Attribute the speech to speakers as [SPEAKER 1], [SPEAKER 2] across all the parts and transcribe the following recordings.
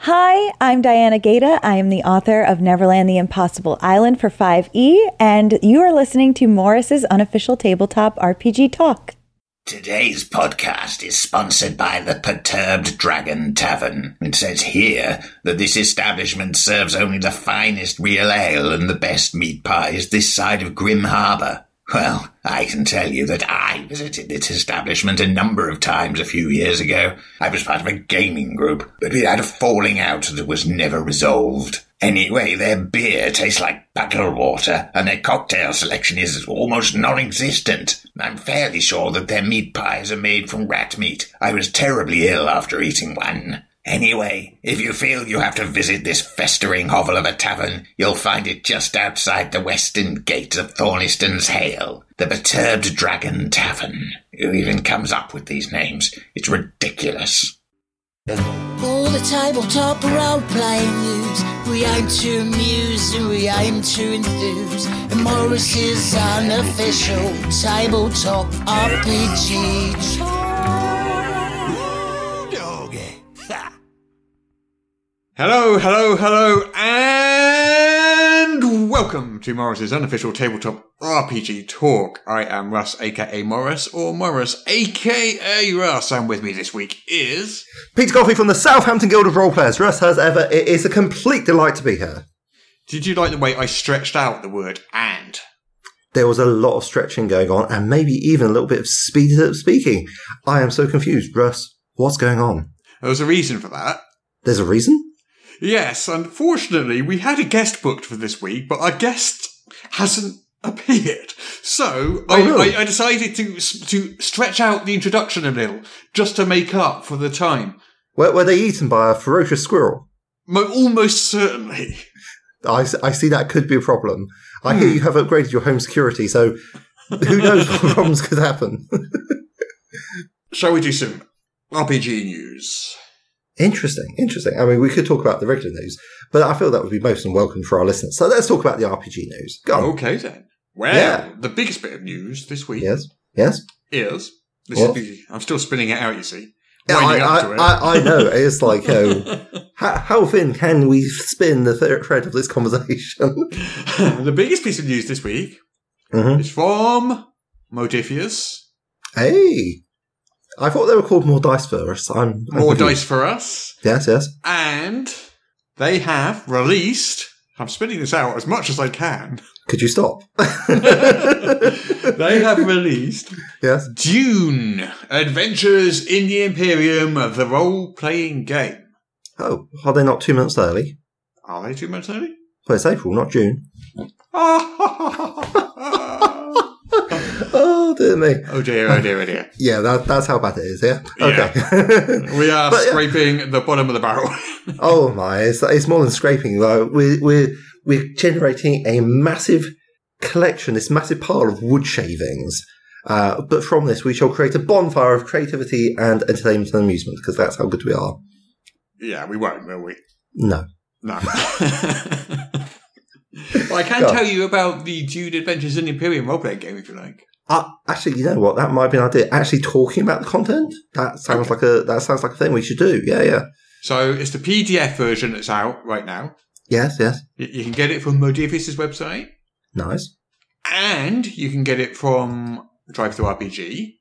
[SPEAKER 1] Hi, I'm Diana Gaeta. I am the author of Neverland the Impossible Island for 5E, and you are listening to Morris's unofficial tabletop RPG talk.
[SPEAKER 2] Today's podcast is sponsored by the Perturbed Dragon Tavern. It says here that this establishment serves only the finest real ale and the best meat pies this side of Grim Harbour. Well, I can tell you that I visited this establishment a number of times a few years ago. I was part of a gaming group, but we had a falling out that was never resolved. Anyway, their beer tastes like puddle water, and their cocktail selection is almost non-existent. I'm fairly sure that their meat pies are made from rat meat. I was terribly ill after eating one. Anyway, if you feel you have to visit this festering hovel of a tavern, you'll find it just outside the western gate of Thorniston's Hale, the Perturbed Dragon Tavern. Who even comes up with these names? It's ridiculous.
[SPEAKER 3] All the tabletop role playing news. We aim to amuse and we aim to enthuse. And Morris's unofficial tabletop RPG.
[SPEAKER 4] Hello, hello, hello, and welcome to Morris's unofficial tabletop RPG talk. I am Russ, aka Morris, or Morris, aka Russ, and with me this week is.
[SPEAKER 5] Pete Goffey from the Southampton Guild of Roleplayers. Russ, as ever, it is a complete delight to be here.
[SPEAKER 4] Did you like the way I stretched out the word and?
[SPEAKER 5] There was a lot of stretching going on and maybe even a little bit of speeded up speaking. I am so confused. Russ, what's going on?
[SPEAKER 4] There was a reason for that.
[SPEAKER 5] There's a reason?
[SPEAKER 4] Yes, unfortunately, we had a guest booked for this week, but our guest hasn't appeared. So I,
[SPEAKER 5] really?
[SPEAKER 4] I, I decided to s- to stretch out the introduction a little, just to make up for the time.
[SPEAKER 5] Were, were they eaten by a ferocious squirrel?
[SPEAKER 4] Mo- almost certainly.
[SPEAKER 5] I, s- I see that could be a problem. I hear you have upgraded your home security, so who knows what problems could happen.
[SPEAKER 4] Shall we do some RPG news?
[SPEAKER 5] interesting, interesting. I mean, we could talk about the regular news, but I feel that would be most unwelcome for our listeners. So let's talk about the RPG news. Go on.
[SPEAKER 4] Okay then. Well,
[SPEAKER 5] Oh. Yeah.
[SPEAKER 4] the biggest bit of news this week
[SPEAKER 5] Yes, yes.
[SPEAKER 4] is this
[SPEAKER 5] What?
[SPEAKER 4] is the, I'm still spinning it out. You see,
[SPEAKER 5] Yeah, I,
[SPEAKER 4] Winding up to
[SPEAKER 5] I,
[SPEAKER 4] it.
[SPEAKER 5] I, I know. It's like, oh, how, how thin can we spin the thre- thread of this conversation?
[SPEAKER 4] the biggest piece of news this week
[SPEAKER 5] Mhm.
[SPEAKER 4] is from Modifius.
[SPEAKER 5] hey, I thought they were called more dice for us. I'm, I'm
[SPEAKER 4] More dice
[SPEAKER 5] confused.
[SPEAKER 4] for us,
[SPEAKER 5] Yes, yes.
[SPEAKER 4] and they have released. I'm spinning this out as much as I can.
[SPEAKER 5] Could you stop?
[SPEAKER 4] They have released
[SPEAKER 5] yes.
[SPEAKER 4] Dune Adventures in the Imperium, the role playing game.
[SPEAKER 5] Oh, are they not two months early?
[SPEAKER 4] Are they too much early?
[SPEAKER 5] Well, it's April, not June.
[SPEAKER 4] oh
[SPEAKER 5] Oh dear me.
[SPEAKER 4] dear, oh dear, oh dear.
[SPEAKER 5] Yeah, that, that's how bad it is. Yeah.
[SPEAKER 4] Yeah.
[SPEAKER 5] Okay.
[SPEAKER 4] We are
[SPEAKER 5] But, yeah.
[SPEAKER 4] scraping the bottom of the barrel.
[SPEAKER 5] Oh my, it's, it's more than scraping though. We're, we're, we're generating a massive collection, this massive pile of wood shavings. Uh, but from this, we shall create a bonfire of creativity and entertainment and amusement because that's how good we are.
[SPEAKER 4] yeah, we won't, will we?
[SPEAKER 5] No.
[SPEAKER 4] No. well, I can
[SPEAKER 5] Go on.
[SPEAKER 4] tell you about the Dune Adventures in the Imperium role playing game if you like.
[SPEAKER 5] Uh, actually, you know what? That might be an idea. Actually, talking about the content that sounds like a that sounds like a thing we should do. Yeah, yeah,
[SPEAKER 4] So it's the PDF version that's out right now.
[SPEAKER 5] yes, yes,
[SPEAKER 4] Y- You can get it from Modifius' website,
[SPEAKER 5] nice.
[SPEAKER 4] and you can get it from Drive Through RPG,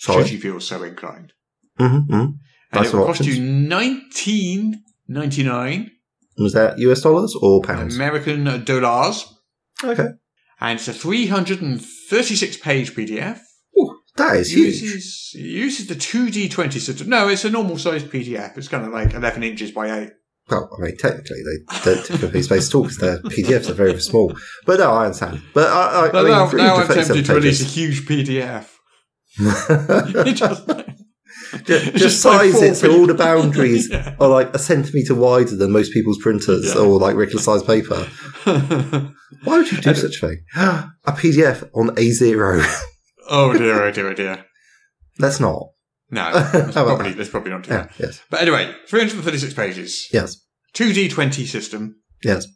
[SPEAKER 5] Sorry,
[SPEAKER 4] should you feel so inclined.
[SPEAKER 5] mm-hmm,
[SPEAKER 4] And
[SPEAKER 5] That's
[SPEAKER 4] it will
[SPEAKER 5] an
[SPEAKER 4] cost
[SPEAKER 5] option.
[SPEAKER 4] you nineteen ninety nine
[SPEAKER 5] was that US dollars or pounds?
[SPEAKER 4] American dollars,
[SPEAKER 5] Okay,
[SPEAKER 4] and it's a three hundred and thirty six page PDF.
[SPEAKER 5] that is huge.
[SPEAKER 4] uses uses the two D twenty system. No, it's a normal sized PDF. It's kind of like eleven inches by eight.
[SPEAKER 5] Well, I mean, technically, they don't typically space talks. Their PDFs are very small. But no, I understand. But I, I,
[SPEAKER 4] But
[SPEAKER 5] I mean,
[SPEAKER 4] now,
[SPEAKER 5] for
[SPEAKER 4] now
[SPEAKER 5] each
[SPEAKER 4] I'm
[SPEAKER 5] of 37
[SPEAKER 4] tempted to release a
[SPEAKER 5] pages-
[SPEAKER 4] huge PDF.
[SPEAKER 5] just,
[SPEAKER 4] just
[SPEAKER 5] just
[SPEAKER 4] like
[SPEAKER 5] size
[SPEAKER 4] four
[SPEAKER 5] it so all the
[SPEAKER 4] pages.
[SPEAKER 5] boundaries
[SPEAKER 4] Yeah.
[SPEAKER 5] are like a centimetre wider than most people's printers or like regular sized paper.
[SPEAKER 4] Oh
[SPEAKER 5] Why would you do such a thing? A PDF on A0.
[SPEAKER 4] oh dear, oh dear, oh dear.
[SPEAKER 5] Let's not.
[SPEAKER 4] No,
[SPEAKER 5] How
[SPEAKER 4] that's
[SPEAKER 5] about
[SPEAKER 4] probably,
[SPEAKER 5] that?
[SPEAKER 4] that's probably not too
[SPEAKER 5] Yeah,
[SPEAKER 4] bad.
[SPEAKER 5] yes,
[SPEAKER 4] But anyway, 336 pages,
[SPEAKER 5] yes,
[SPEAKER 4] 2D20 system.
[SPEAKER 5] yes.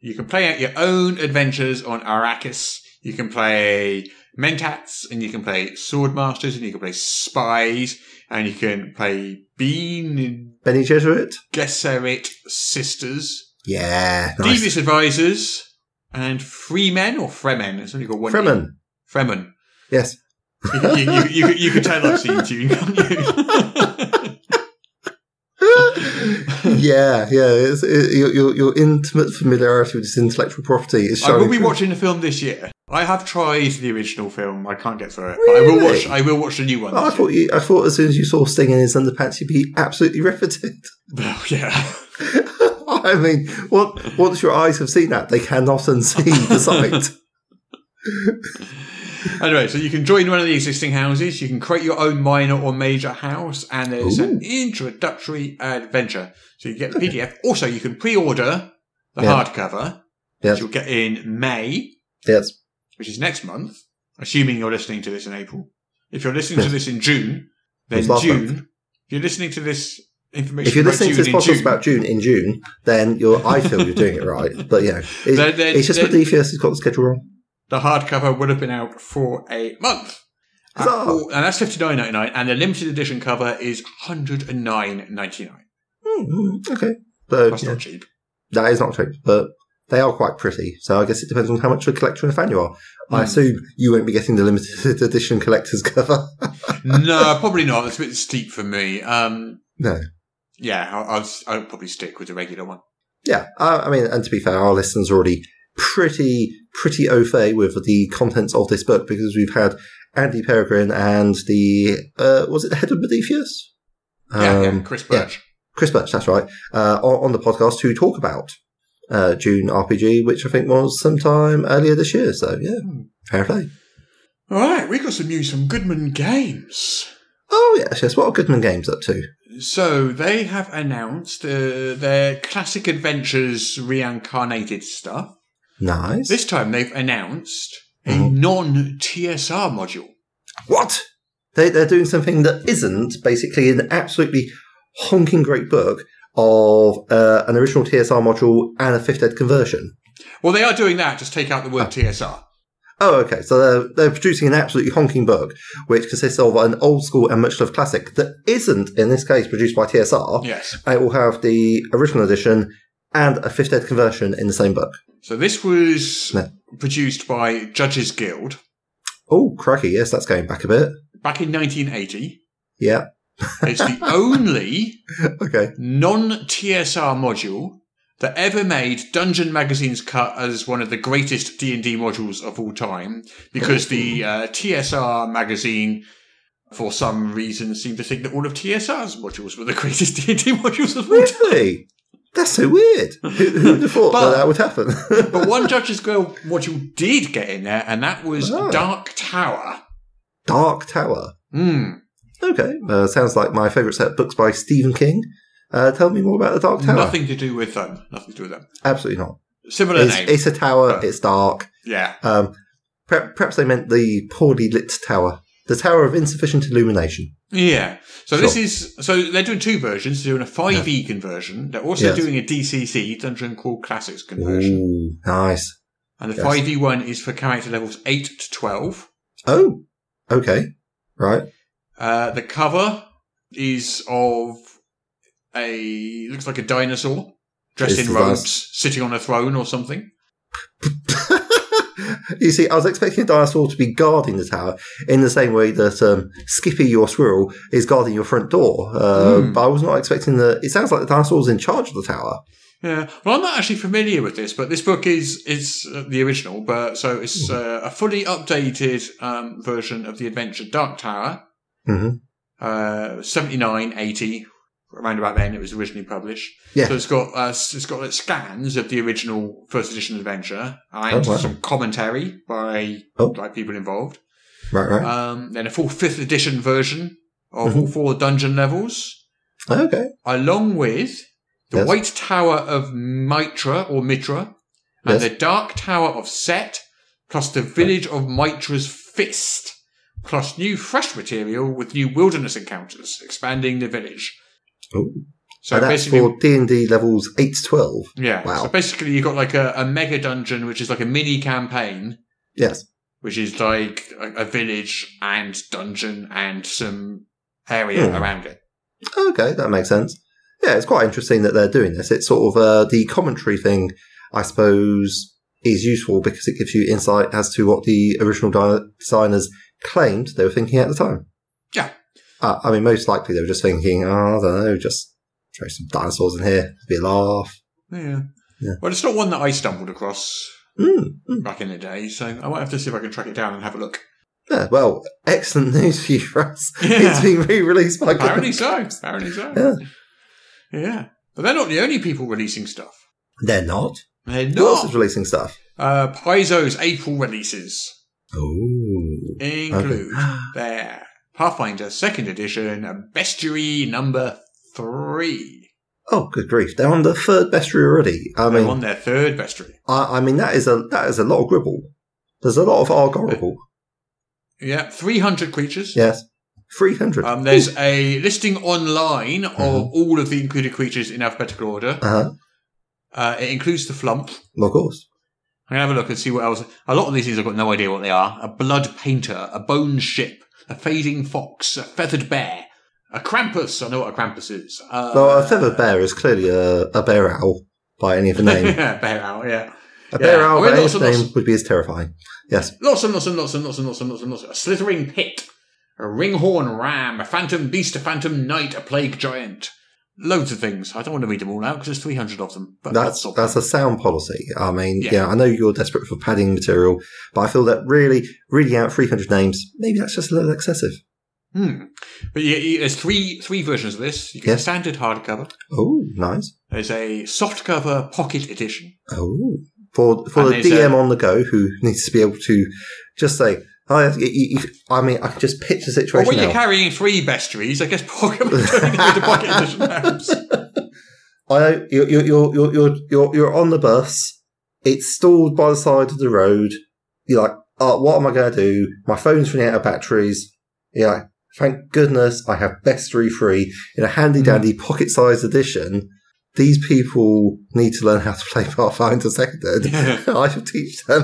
[SPEAKER 4] You can play out your own adventures on Arrakis. You can play Mentats, and you can play Swordmasters, and you can play Spies, and you can play Bean
[SPEAKER 5] Benny Jesuit?
[SPEAKER 4] Gesserit Sisters,
[SPEAKER 5] Yeah. Nice.
[SPEAKER 4] Devious Advisors, and Freemen or Fremen. It's only got one. E.
[SPEAKER 5] Fremen.
[SPEAKER 4] Fremen.
[SPEAKER 5] Yes.
[SPEAKER 4] You, you, you, you, you can tell I've seen Tune, can't you?
[SPEAKER 5] yeah, yeah. It's, it, your, your, your intimate familiarity with this intellectual property is
[SPEAKER 4] I
[SPEAKER 5] showing.
[SPEAKER 4] will be
[SPEAKER 5] through.
[SPEAKER 4] watching the film this year. I have tried the original film. I can't get through it. But I will watch.
[SPEAKER 5] Really?
[SPEAKER 4] I will watch the new one.
[SPEAKER 5] Oh, I
[SPEAKER 4] this year.
[SPEAKER 5] thought you, I thought as soon as you saw Sting in his underpants, you'd be absolutely riveted.
[SPEAKER 4] Well, yeah.
[SPEAKER 5] I mean, what, once your eyes have seen that, they cannot unsee the sight.
[SPEAKER 4] Anyway, so you can join one of the existing houses, you can create your own minor or major house, and there's
[SPEAKER 5] Ooh.
[SPEAKER 4] an introductory adventure. So you get the PDF. Also, you can pre order the
[SPEAKER 5] Yeah.
[SPEAKER 4] hardcover,
[SPEAKER 5] Yes.
[SPEAKER 4] which you'll get in May,
[SPEAKER 5] Yes.
[SPEAKER 4] which is next month, assuming you're listening to this in April. If you're listening to
[SPEAKER 5] Yes.
[SPEAKER 4] this in June, then
[SPEAKER 5] It's last
[SPEAKER 4] June.
[SPEAKER 5] month.
[SPEAKER 4] If you're listening to this information
[SPEAKER 5] If you're
[SPEAKER 4] about
[SPEAKER 5] listening to
[SPEAKER 4] June
[SPEAKER 5] this
[SPEAKER 4] in
[SPEAKER 5] podcast
[SPEAKER 4] June-
[SPEAKER 5] about June in June, then you're, I feel you're doing it right. But yeah, it's,
[SPEAKER 4] Then- then-
[SPEAKER 5] it's just
[SPEAKER 4] then-
[SPEAKER 5] that DFS has got the schedule wrong.
[SPEAKER 4] the hardcover would have been out for a month. And,
[SPEAKER 5] Huzzah.
[SPEAKER 4] all- and that's fifty nine ninety nine, and the limited edition cover is hundred and nine ninety nine.
[SPEAKER 5] Mm, okay. So
[SPEAKER 4] That's
[SPEAKER 5] yeah,
[SPEAKER 4] not cheap.
[SPEAKER 5] that is not true, but they are quite pretty. So I guess it depends on how much of a collector and a fan you are.
[SPEAKER 4] Hmm.
[SPEAKER 5] I assume you won't be getting the limited edition collector's cover.
[SPEAKER 4] no, probably not. That's a bit steep for me. Um,
[SPEAKER 5] no.
[SPEAKER 4] yeah, I'll, I'll, s- I'll probably stick with the regular one.
[SPEAKER 5] Yeah, I, I mean, and to be fair, our listeners are already pretty, pretty au fait with the contents of this book because we've had Andy Peregrine and the, uh, was it the head of Modifius?
[SPEAKER 4] Yeah, yeah,
[SPEAKER 5] Um,
[SPEAKER 4] Chris
[SPEAKER 5] yeah.
[SPEAKER 4] Birch.
[SPEAKER 5] Chris Birch, that's right, uh, on, on the podcast to talk about uh, June RPG, which I think was sometime earlier this year. So, yeah,
[SPEAKER 4] Hmm.
[SPEAKER 5] fair play.
[SPEAKER 4] All right, we got some news from Goodman Games.
[SPEAKER 5] Oh, yes, yes. What are Goodman Games up to?
[SPEAKER 4] So they have announced uh, their classic adventures reincarnated stuff.
[SPEAKER 5] Nice.
[SPEAKER 4] This time they've announced a
[SPEAKER 5] Mhm.
[SPEAKER 4] non TSR module.
[SPEAKER 5] What? They, they're doing something that isn't basically an absolutely honking great book of uh, an original TSR module and a fifth ed conversion.
[SPEAKER 4] Well, they are doing that. Just take out the word TSR.
[SPEAKER 5] Oh, okay. So they're, they're producing an absolutely honking book, which consists of an old school and much loved classic that isn't, in this case, produced by TSR.
[SPEAKER 4] Yes.
[SPEAKER 5] It will have the original edition and a fifth ed conversion in the same book.
[SPEAKER 4] So this was
[SPEAKER 5] No.
[SPEAKER 4] produced by Judges Guild
[SPEAKER 5] Oh, crikey. Yes, that's going back a bit.
[SPEAKER 4] back in 1980.
[SPEAKER 5] Yeah.
[SPEAKER 4] It's the only
[SPEAKER 5] Okay.
[SPEAKER 4] non TSR module that ever made Dungeon Magazine's cut as one of the greatest D&D modules of all time because the uh, TSR magazine for some reason seemed to think that all of TSR's modules were the greatest D&D modules of all time.
[SPEAKER 5] Really? That's so weird. Who, who'd have thought
[SPEAKER 4] But-
[SPEAKER 5] that that would happen?
[SPEAKER 4] But one Judge's Girl module did get in there and that was
[SPEAKER 5] Oh.
[SPEAKER 4] Dark Tower.
[SPEAKER 5] Dark Tower.
[SPEAKER 4] Hmm.
[SPEAKER 5] Okay, uh, sounds like my favourite set of books by Stephen King. Uh, tell me more about the Dark Tower.
[SPEAKER 4] Nothing to do with them. Nothing to do with them.
[SPEAKER 5] Absolutely not.
[SPEAKER 4] Similar
[SPEAKER 5] It's,
[SPEAKER 4] name.
[SPEAKER 5] it's a tower.
[SPEAKER 4] Oh.
[SPEAKER 5] It's dark.
[SPEAKER 4] yeah.
[SPEAKER 5] Um, per- perhaps they meant the poorly lit tower, the tower of insufficient illumination.
[SPEAKER 4] Yeah. So
[SPEAKER 5] Sure.
[SPEAKER 4] this is so they're doing two versions. They're doing a five E conversion. They're also
[SPEAKER 5] Yes.
[SPEAKER 4] doing a DCC Dungeon Crawl Classics conversion.
[SPEAKER 5] Ooh, nice.
[SPEAKER 4] And the
[SPEAKER 5] yes.
[SPEAKER 4] five E one is for character levels eight to twelve.
[SPEAKER 5] Oh, okay, right.
[SPEAKER 4] Uh, the cover is of a looks like a dinosaur dressed
[SPEAKER 5] It's
[SPEAKER 4] in
[SPEAKER 5] the
[SPEAKER 4] robes,
[SPEAKER 5] last-
[SPEAKER 4] sitting on a throne or something.
[SPEAKER 5] you see, I was expecting a dinosaur to be guarding the tower in the same way that um, Skippy, your squirrel, is guarding your front door. Uh,
[SPEAKER 4] Hmm.
[SPEAKER 5] But I was not expecting the. It sounds like the dinosaur's in charge of the tower.
[SPEAKER 4] Yeah. Well, I'm not actually familiar with this, but this book is is uh, the original. But so
[SPEAKER 5] Hmm.
[SPEAKER 4] it's uh, a fully updated um, version of the adventure Dark Tower.
[SPEAKER 5] hmm
[SPEAKER 4] uh, 79, 80, around about then it was originally published.
[SPEAKER 5] Yeah.
[SPEAKER 4] So it's got uh, s- it's got like, scans of the original first edition adventure and
[SPEAKER 5] Oh, wow.
[SPEAKER 4] some commentary by
[SPEAKER 5] Oh.
[SPEAKER 4] like people involved.
[SPEAKER 5] Right, right.
[SPEAKER 4] Um, then a full fifth edition version of all
[SPEAKER 5] Mhm.
[SPEAKER 4] four dungeon levels, Uh,
[SPEAKER 5] Okay.
[SPEAKER 4] along with the
[SPEAKER 5] Yes.
[SPEAKER 4] White Tower of Mitra or Mitra and
[SPEAKER 5] Yes.
[SPEAKER 4] the Dark Tower of Set, plus the Village of Mitra's Fist, plus new fresh material with new wilderness encounters, expanding the village.
[SPEAKER 5] Oh.
[SPEAKER 4] So
[SPEAKER 5] and that's
[SPEAKER 4] basically,
[SPEAKER 5] for D and D levels eight to twelve.
[SPEAKER 4] yeah.
[SPEAKER 5] Wow.
[SPEAKER 4] So basically, you've got like a, a mega dungeon, which is like a mini campaign
[SPEAKER 5] Yes.
[SPEAKER 4] which is like a, a village and dungeon and some area
[SPEAKER 5] Hmm.
[SPEAKER 4] around it.
[SPEAKER 5] Okay, that makes sense. Yeah, it's quite interesting that they're doing this. It's sort of uh, the commentary thing, I suppose, is useful because it gives you insight as to what the original di- designers claimed they were thinking at the time.
[SPEAKER 4] Yeah.
[SPEAKER 5] Uh, I mean, most likely they were just thinking, oh, I don't know, just throw some dinosaurs in here, be a laugh.
[SPEAKER 4] Yeah.
[SPEAKER 5] Yeah.
[SPEAKER 4] Well, it's not one that I stumbled across
[SPEAKER 5] Mm, mm.
[SPEAKER 4] back in the day, so I might have to see if I can track it down and have a look.
[SPEAKER 5] Yeah, well, excellent news for you, Russ.
[SPEAKER 4] Yeah.
[SPEAKER 5] It's being re-released by
[SPEAKER 4] Apparently
[SPEAKER 5] Goodman
[SPEAKER 4] so.
[SPEAKER 5] Games.
[SPEAKER 4] Apparently so.
[SPEAKER 5] Yeah.
[SPEAKER 4] Yeah. But they're not the only people releasing stuff.
[SPEAKER 5] They're not.
[SPEAKER 4] They're
[SPEAKER 5] Who else is
[SPEAKER 4] not.
[SPEAKER 5] releasing stuff?
[SPEAKER 4] Uh, Paizo's April releases
[SPEAKER 5] Oh.
[SPEAKER 4] include their Pathfinder Second Edition Bestiary Number Three.
[SPEAKER 5] Oh, good grief! They're on the third bestiary already. I
[SPEAKER 4] They're
[SPEAKER 5] mean,
[SPEAKER 4] on their third bestiary.
[SPEAKER 5] I, I mean that is a that is a lot of gribble. There's a lot of argorable.
[SPEAKER 4] Yeah, three hundred creatures.
[SPEAKER 5] Yes, three hundred.
[SPEAKER 4] Um, there's a listing online of all of the included creatures in alphabetical order.
[SPEAKER 5] uh huh.
[SPEAKER 4] Uh, it includes the flump.
[SPEAKER 5] Of course.
[SPEAKER 4] I'm gonna have a look and see what else. A lot of these things I've got no idea what they are. A blood painter, a bone ship, a fading fox, a feathered bear, a Krampus. I know what a Krampus is. Uh,
[SPEAKER 5] Well, Oh, a feathered bear is clearly a, a bear owl by any other name.
[SPEAKER 4] yeah, bear owl. Yeah,
[SPEAKER 5] A bear
[SPEAKER 4] Yeah.
[SPEAKER 5] owl
[SPEAKER 4] Oh, yeah,
[SPEAKER 5] by
[SPEAKER 4] lots
[SPEAKER 5] any
[SPEAKER 4] and
[SPEAKER 5] name
[SPEAKER 4] lots.
[SPEAKER 5] would be as terrifying. Yes.
[SPEAKER 4] lots and lots and lots and lots and lots and lots and lots. A slithering pit, a ringhorn ram, a phantom beast, a phantom knight, a plague giant. Loads of things. I don't want to read them all out because there's 300 of them. But
[SPEAKER 5] That's
[SPEAKER 4] lots of
[SPEAKER 5] that's a sound policy. I mean,
[SPEAKER 4] Yeah.
[SPEAKER 5] yeah. I know you're desperate for padding material, but I feel that really reading out 300 names, maybe that's just a little excessive.
[SPEAKER 4] Hmm. But yeah, you- there's three three versions of this. You get
[SPEAKER 5] Yes.
[SPEAKER 4] a standard hardcover.
[SPEAKER 5] Oh, nice.
[SPEAKER 4] There's a softcover pocket edition.
[SPEAKER 5] Oh, for for
[SPEAKER 4] And
[SPEAKER 5] the
[SPEAKER 4] there's
[SPEAKER 5] DM
[SPEAKER 4] a-
[SPEAKER 5] on the go who needs to be able to just say, oh, yes, you- you- you- I mean, I can just pitch the
[SPEAKER 4] Well,
[SPEAKER 5] situation
[SPEAKER 4] when you're
[SPEAKER 5] now.
[SPEAKER 4] carrying three bestiaries, I guess Pokemon don't need the pocket edition maps.
[SPEAKER 5] I know you're you're you're you're you're, you're, you're on the bus. It's stalled by the side of the road. You're like, oh, what am I going to do? My phone's running out of batteries. You're like, thank goodness I have bestiary free in a handy dandy pocket sized edition. These people need to learn how to play Pathfinder Seconded.
[SPEAKER 4] Yeah.
[SPEAKER 5] I shall teach them.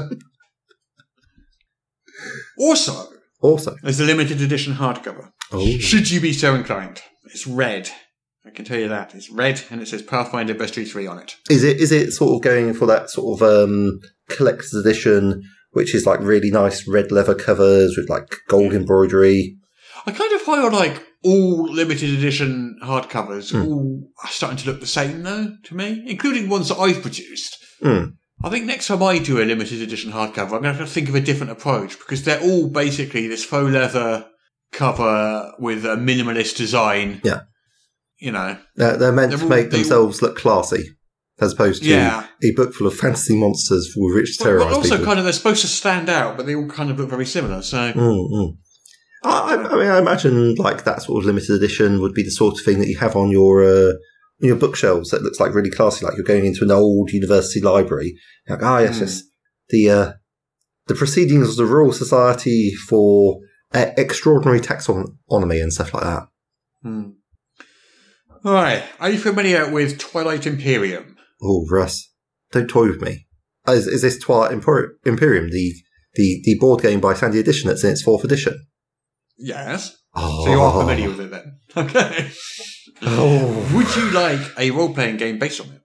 [SPEAKER 4] Also,
[SPEAKER 5] Also,
[SPEAKER 4] there's a limited edition hardcover.
[SPEAKER 5] oh,
[SPEAKER 4] Should you be so inclined? It's red. I can tell you that. It's red and it says Pathfinder Bestiary 3 on it.
[SPEAKER 5] Is it is it sort of going for that sort of um collector's edition, which is like really nice red leather covers with like gold embroidery?
[SPEAKER 4] I kind of find like all limited edition hardcovers
[SPEAKER 5] Hmm.
[SPEAKER 4] all are starting to look the same though to me, including ones that I've produced.
[SPEAKER 5] Hmm.
[SPEAKER 4] I think next time I do a limited edition hardcover, I'm going to have to think of a different approach because they're all basically this faux leather cover with a minimalist design.
[SPEAKER 5] Yeah.
[SPEAKER 4] You know,
[SPEAKER 5] They're, they're meant
[SPEAKER 4] They're
[SPEAKER 5] to
[SPEAKER 4] all-
[SPEAKER 5] make
[SPEAKER 4] they all-
[SPEAKER 5] themselves look classy, as opposed to
[SPEAKER 4] Yeah.
[SPEAKER 5] a book full of fantasy monsters for rich
[SPEAKER 4] but,
[SPEAKER 5] terrorize
[SPEAKER 4] also
[SPEAKER 5] people.
[SPEAKER 4] kind of they're supposed to stand out, but they all kind of look very similar. So
[SPEAKER 5] Mm, mm. I, I I mean, I imagine like that sort of limited edition would be the sort of thing that you have on your uh, your bookshelves that looks like really classy, like you're going into an old university library. Like, ah, yes,
[SPEAKER 4] Hmm.
[SPEAKER 5] yes, the uh, the proceedings of the Royal Society for uh, Extraordinary Taxonomy and stuff like that.
[SPEAKER 4] hmm. all right, are you familiar with Twilight Imperium?
[SPEAKER 5] Oh, Russ, don't toy with me. Oh, Is, is this Twilight Empor- Imperium the, the the board game by Sandy Edition that's in its fourth edition?
[SPEAKER 4] Yes.
[SPEAKER 5] Oh,
[SPEAKER 4] So you are familiar with it then. Okay.
[SPEAKER 5] Oh.
[SPEAKER 4] Would you like a role playing game based on it?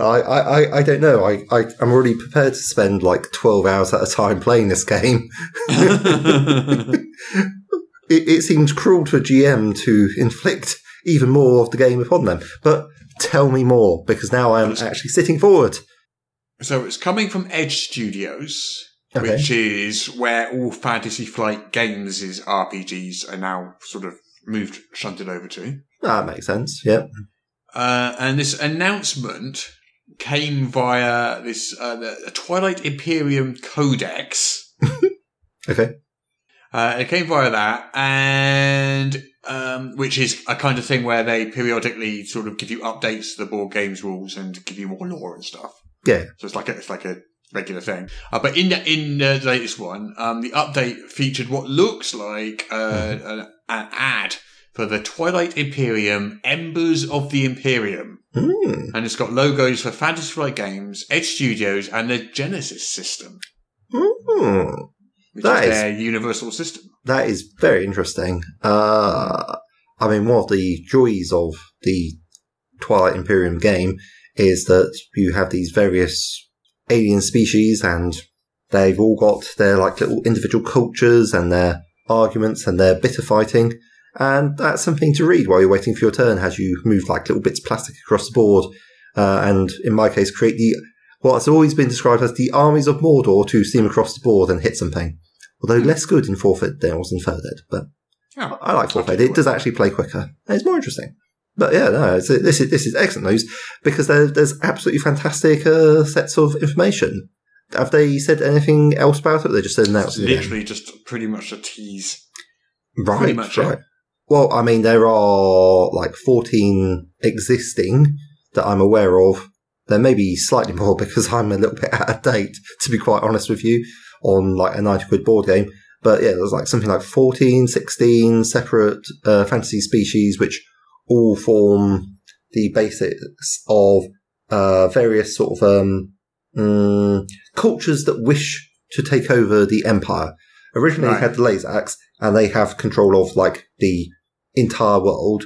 [SPEAKER 5] I, I, I- I don't know. I, I, I'm already prepared to spend like 12 hours at a time playing this game. It, it seems cruel to a GM to inflict even more of the game upon them. But tell me more, because now I am actually sitting forward.
[SPEAKER 4] so it's coming from Edge Studios,
[SPEAKER 5] Okay.
[SPEAKER 4] which is where all Fantasy Flight games' is RPGs are now sort of moved, shunted over to.
[SPEAKER 5] That makes sense. Yep.
[SPEAKER 4] Uh, and this announcement came via this uh, the Twilight Imperium Codex.
[SPEAKER 5] Okay.
[SPEAKER 4] Uh, it came via that, and um, which is a kind of thing where they periodically sort of give you updates to the board games rules and give you more lore and stuff.
[SPEAKER 5] Yeah.
[SPEAKER 4] So it's like a, it's like a regular thing. Uh, but in the in the latest one, um, the update featured what looks like uh,
[SPEAKER 5] Mm-hmm.
[SPEAKER 4] an, an ad for the Twilight Imperium Embers of the Imperium,
[SPEAKER 5] Hmm.
[SPEAKER 4] and it's got logos for Fantasy Flight Games, Edge Studios, and the Genesis system.
[SPEAKER 5] Hmm.
[SPEAKER 4] which
[SPEAKER 5] That
[SPEAKER 4] is
[SPEAKER 5] is-
[SPEAKER 4] their universal system.
[SPEAKER 5] That is very interesting. Uh, I mean, one of the joys of the Twilight Imperium game is that you have these various alien species and they've all got their like little individual cultures and their arguments and their bitter fighting. And that's something to read while you're waiting for your turn as you move like little bits of plastic across the board. Uh, and in my case, create the, what has always been described as the armies of Mordor to steam across the board and hit something although less good in forfeit than it was in Furthead. But
[SPEAKER 4] Yeah.
[SPEAKER 5] I like forfeit; it does actually play quicker and it's more interesting. But yeah, no, it's, this is this is excellent news because there, there's absolutely fantastic uh, sets of information. Have they said anything else about it? They just said
[SPEAKER 4] It's
[SPEAKER 5] announced it. again?
[SPEAKER 4] literally just pretty much a tease.
[SPEAKER 5] Right,
[SPEAKER 4] pretty much it.
[SPEAKER 5] right. Well, I mean, there are like 14 existing that I'm aware of. There may be slightly more because I'm a little bit out of date, to be quite honest with you, on like a 90 quid board game. But yeah, there's like something like 14, 16 separate uh, fantasy species, which all form the basics of uh, various sort of um, mm, cultures that wish to take over the empire. Originally,
[SPEAKER 4] Right.
[SPEAKER 5] they had the laser axe, and they have control of like the entire world.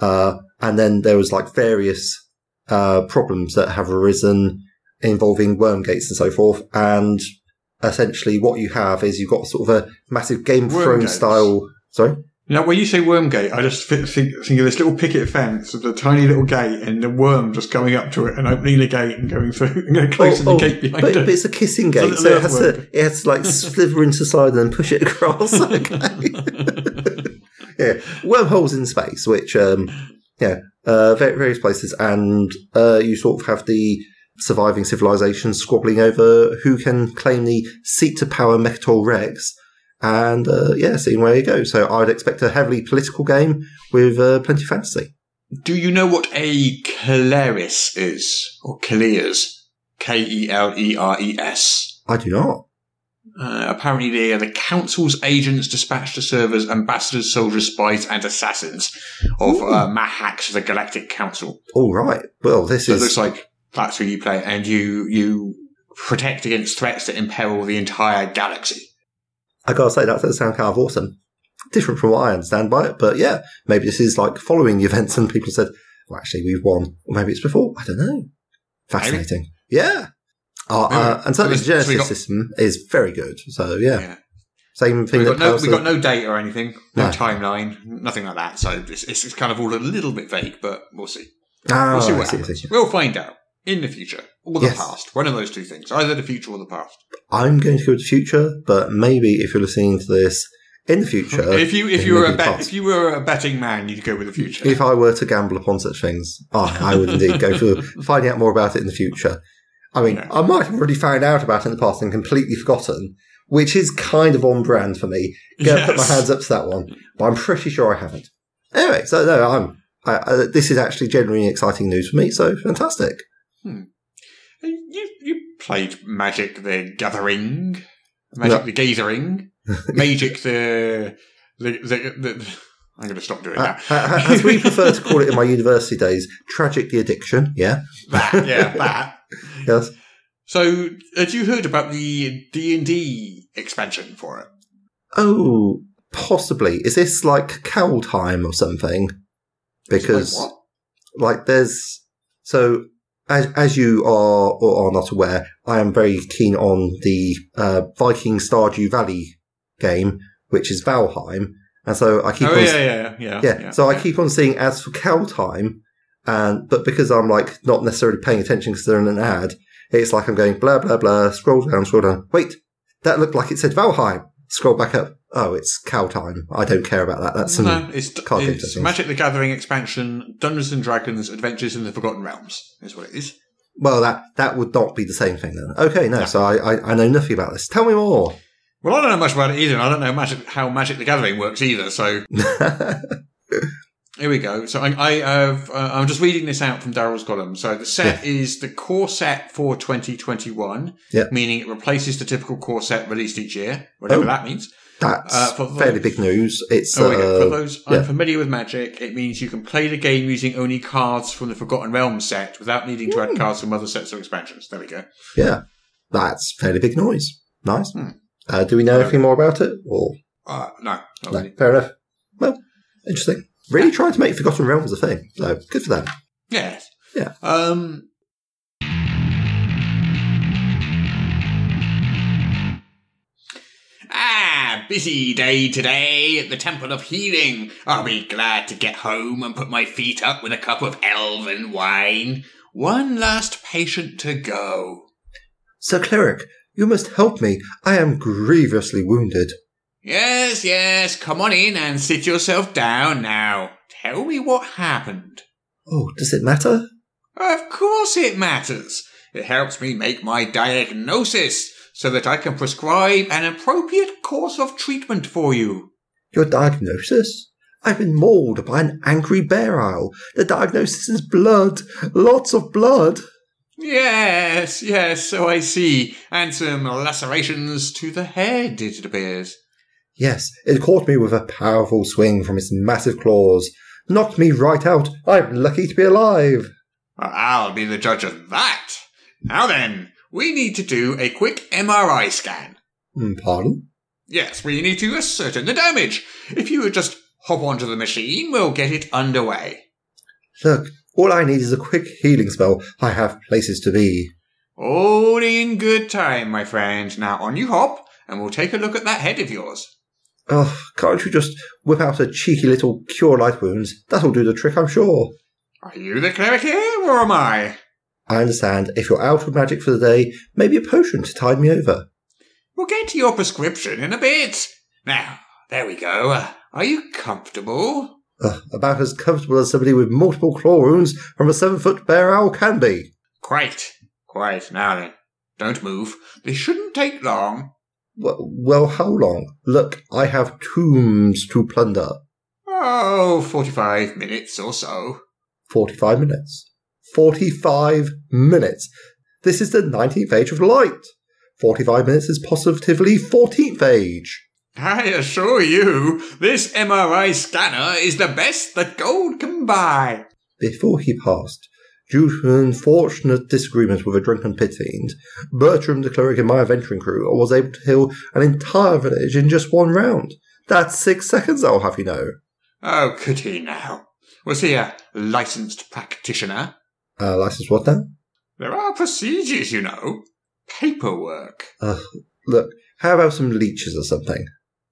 [SPEAKER 5] Uh, and then there was like various uh, problems that have arisen involving worm gates and so forth. And essentially, what you have is you've got sort of a massive Game of
[SPEAKER 4] Worm
[SPEAKER 5] Thrones
[SPEAKER 4] gates.
[SPEAKER 5] style. Sorry.
[SPEAKER 4] Now, when you say worm gate, I just thi- think, think of this little picket fence with a tiny little gate and the worm just going up to it and opening the gate and going through and going closing
[SPEAKER 5] Oh, oh,
[SPEAKER 4] the gate behind
[SPEAKER 5] but,
[SPEAKER 4] it.
[SPEAKER 5] but it's a kissing
[SPEAKER 4] a
[SPEAKER 5] game,
[SPEAKER 4] little
[SPEAKER 5] so it has to
[SPEAKER 4] earthworm.
[SPEAKER 5] it has to like slither into the side and then push it across. Okay. yeah, wormholes in space, which um, yeah, uh, va- various places, and uh, you sort of have the surviving civilizations squabbling over who can claim the seat to power Mechatol Rex. And uh, yeah, seeing where you go. So I'd expect a heavily political game with uh, plenty of fantasy.
[SPEAKER 4] Do you know what a Caleris is? Or Kaleers? K E L E R E S.
[SPEAKER 5] I do not.
[SPEAKER 4] Uh, apparently, they are the council's agents dispatched to serve as ambassadors, soldiers, spies, and assassins of uh, Mahax, the Galactic Council.
[SPEAKER 5] All right. Well, this
[SPEAKER 4] So it
[SPEAKER 5] is
[SPEAKER 4] looks like that's who you play, and you you protect against threats that imperil the entire galaxy.
[SPEAKER 5] I gotta say, that does sound kind of awesome. Different from what I understand by it, but yeah, maybe this is like following the events and people said, well, actually, we've won. Or maybe it's before. I don't know. Fascinating. Yeah. Uh, uh, and certainly the
[SPEAKER 4] So we- so we
[SPEAKER 5] Genesis
[SPEAKER 4] got-
[SPEAKER 5] system is very good. So yeah,
[SPEAKER 4] Yeah.
[SPEAKER 5] same thing
[SPEAKER 4] We
[SPEAKER 5] that
[SPEAKER 4] got no
[SPEAKER 5] powers
[SPEAKER 4] we
[SPEAKER 5] the-
[SPEAKER 4] got no data or anything, no,
[SPEAKER 5] No.
[SPEAKER 4] timeline, nothing like that. So it's, it's it's kind of all a little bit vague, but we'll see.
[SPEAKER 5] Ah,
[SPEAKER 4] We'll see what
[SPEAKER 5] I see, I
[SPEAKER 4] happens.
[SPEAKER 5] see.
[SPEAKER 4] We'll find out in the future or the
[SPEAKER 5] Yes.
[SPEAKER 4] past. One of those two things, either the future or the past.
[SPEAKER 5] I'm going to go to the future, but maybe if you're listening to this in the future,
[SPEAKER 4] if you if
[SPEAKER 5] Uh, it
[SPEAKER 4] you
[SPEAKER 5] may
[SPEAKER 4] were
[SPEAKER 5] be
[SPEAKER 4] a
[SPEAKER 5] the
[SPEAKER 4] bet,
[SPEAKER 5] past.
[SPEAKER 4] if you were a betting man, you'd go with the future.
[SPEAKER 5] if I were to gamble upon such things, I I would indeed go for finding out more about it in the future. I mean,
[SPEAKER 4] Yeah.
[SPEAKER 5] I might have already found out about it in the past and completely forgotten, which is kind of on brand for me. Go put my
[SPEAKER 4] Yes.
[SPEAKER 5] hands up to that one, but I'm pretty sure I haven't. Anyway, so no, I'm. I, I, this is actually genuinely exciting news for me. So fantastic.
[SPEAKER 4] you you played Magic the Gathering, Magic
[SPEAKER 5] No.
[SPEAKER 4] the Gathering, Magic the the the. the I'm going to stop doing
[SPEAKER 5] Uh,
[SPEAKER 4] that.
[SPEAKER 5] uh, as we prefer to call it in my university days, tragic the addiction. Yeah.
[SPEAKER 4] that, yeah, that.
[SPEAKER 5] Yes.
[SPEAKER 4] So, had you heard about the D and D expansion for it?
[SPEAKER 5] Oh, possibly. Is this like cow time or something? Because.
[SPEAKER 4] Like what?
[SPEAKER 5] like there's so as as you are or are not aware, I am very keen on the uh, Viking Stardew Valley game, which is Valheim, and so I keep
[SPEAKER 4] oh
[SPEAKER 5] on
[SPEAKER 4] yeah, yeah, yeah,
[SPEAKER 5] yeah, So I keep on seeing ads for cow time, and but because I'm like not necessarily paying attention because they're in an ad, it's like I'm going blah blah blah. Scroll down, scroll down. Wait, that looked like it said Valheim. Scroll back up. Oh, it's cow time. I don't care about that. That's some
[SPEAKER 4] no, it's,
[SPEAKER 5] card games, I
[SPEAKER 4] it's
[SPEAKER 5] think.
[SPEAKER 4] Magic the Gathering expansion, Dungeons and Dragons Adventures in the Forgotten Realms. Is what it is.
[SPEAKER 5] Well, that that would not be the same thing then. Okay, no. So I, I I know nothing about this. Tell me more.
[SPEAKER 4] Well, I don't know much about it either. and I don't know magic, how Magic the Gathering works either. So here we go. So I, I have, uh, I'm just reading this out from Daryl's column. So the set is the core set for 2021,
[SPEAKER 5] Yeah.
[SPEAKER 4] meaning it replaces the typical core set released each year, whatever
[SPEAKER 5] Oh.
[SPEAKER 4] that means.
[SPEAKER 5] That's
[SPEAKER 4] Uh, for-
[SPEAKER 5] fairly big news. It's
[SPEAKER 4] Oh, there we go.
[SPEAKER 5] uh,
[SPEAKER 4] For those
[SPEAKER 5] yeah.
[SPEAKER 4] unfamiliar with Magic, it means you can play the game using only cards from the Forgotten Realms set without needing to add cards from other sets or expansions. There we go. Hmm.
[SPEAKER 5] yeah, that's fairly big noise. Nice. Uh, do we know anything more about it? Or
[SPEAKER 4] Uh, no, not
[SPEAKER 5] no,
[SPEAKER 4] really.
[SPEAKER 5] fair enough. Well, interesting. Really trying to make Forgotten Realms a thing. So good for them.
[SPEAKER 4] Yeah.
[SPEAKER 5] Yeah.
[SPEAKER 4] Um, ah, busy day today at the Temple of Healing. I'll be glad to get home and put my feet up with a cup of elven wine. One last patient to go.
[SPEAKER 5] Sir Cleric, you must help me. I am grievously wounded.
[SPEAKER 4] Yes, yes, come on in and sit yourself down now. Tell me what happened.
[SPEAKER 5] Oh, does it matter?
[SPEAKER 4] Of course it matters. It helps me make my diagnosis so that I can prescribe an appropriate course of treatment for you.
[SPEAKER 5] Your diagnosis? I've been mauled by an angry bear owl. The diagnosis is blood. Lots of blood.
[SPEAKER 4] Yes, yes, so I see. And some lacerations to the head, it appears.
[SPEAKER 5] Yes, it caught me with a powerful swing from its massive claws. Knocked me right out. I'm lucky to be alive.
[SPEAKER 4] I'll be the judge of that. Now then, we need to do a quick MRI scan.
[SPEAKER 5] Hmm, Pardon?
[SPEAKER 4] Yes, we need to ascertain the damage. If you would just hop onto the machine, we'll get it underway.
[SPEAKER 5] Look, all I need is a quick healing spell. I have places to be.
[SPEAKER 4] All in good time, my friend. Now on you hop, and we'll take a look at that head of yours.
[SPEAKER 5] Ugh, can't you just whip out a cheeky little cure light wounds? That'll do the trick, I'm sure.
[SPEAKER 4] Are you the cleric here, or am I?
[SPEAKER 5] I understand. If you're out of magic for the day, maybe a potion to tide me over.
[SPEAKER 4] We'll get to your prescription in a bit. Now, there we go. Uh, Are you comfortable?
[SPEAKER 5] Ugh, about as comfortable as somebody with multiple claw wounds from a seven foot bear owl can be.
[SPEAKER 4] Quite. Quite. Now then, don't move. This shouldn't take long.
[SPEAKER 5] Well, well, how long? Look, I have tombs to plunder.
[SPEAKER 4] Oh, forty-five minutes or so.
[SPEAKER 5] 45 minutes. 45 minutes. This is the 19th age of light. 45 minutes is positively 14th age.
[SPEAKER 4] I assure you, this MRI scanner is the best that gold can buy.
[SPEAKER 5] Before he passed, due to an unfortunate disagreement with a drunken pit fiend, Bertram the cleric in my adventuring crew was able to heal an entire village in just one round. That's six seconds, I'll have you know.
[SPEAKER 4] Oh, could he now? Was he a licensed practitioner?
[SPEAKER 5] Uh, license what now?
[SPEAKER 4] There are procedures, you know. Paperwork.
[SPEAKER 5] Look, how about some leeches or something?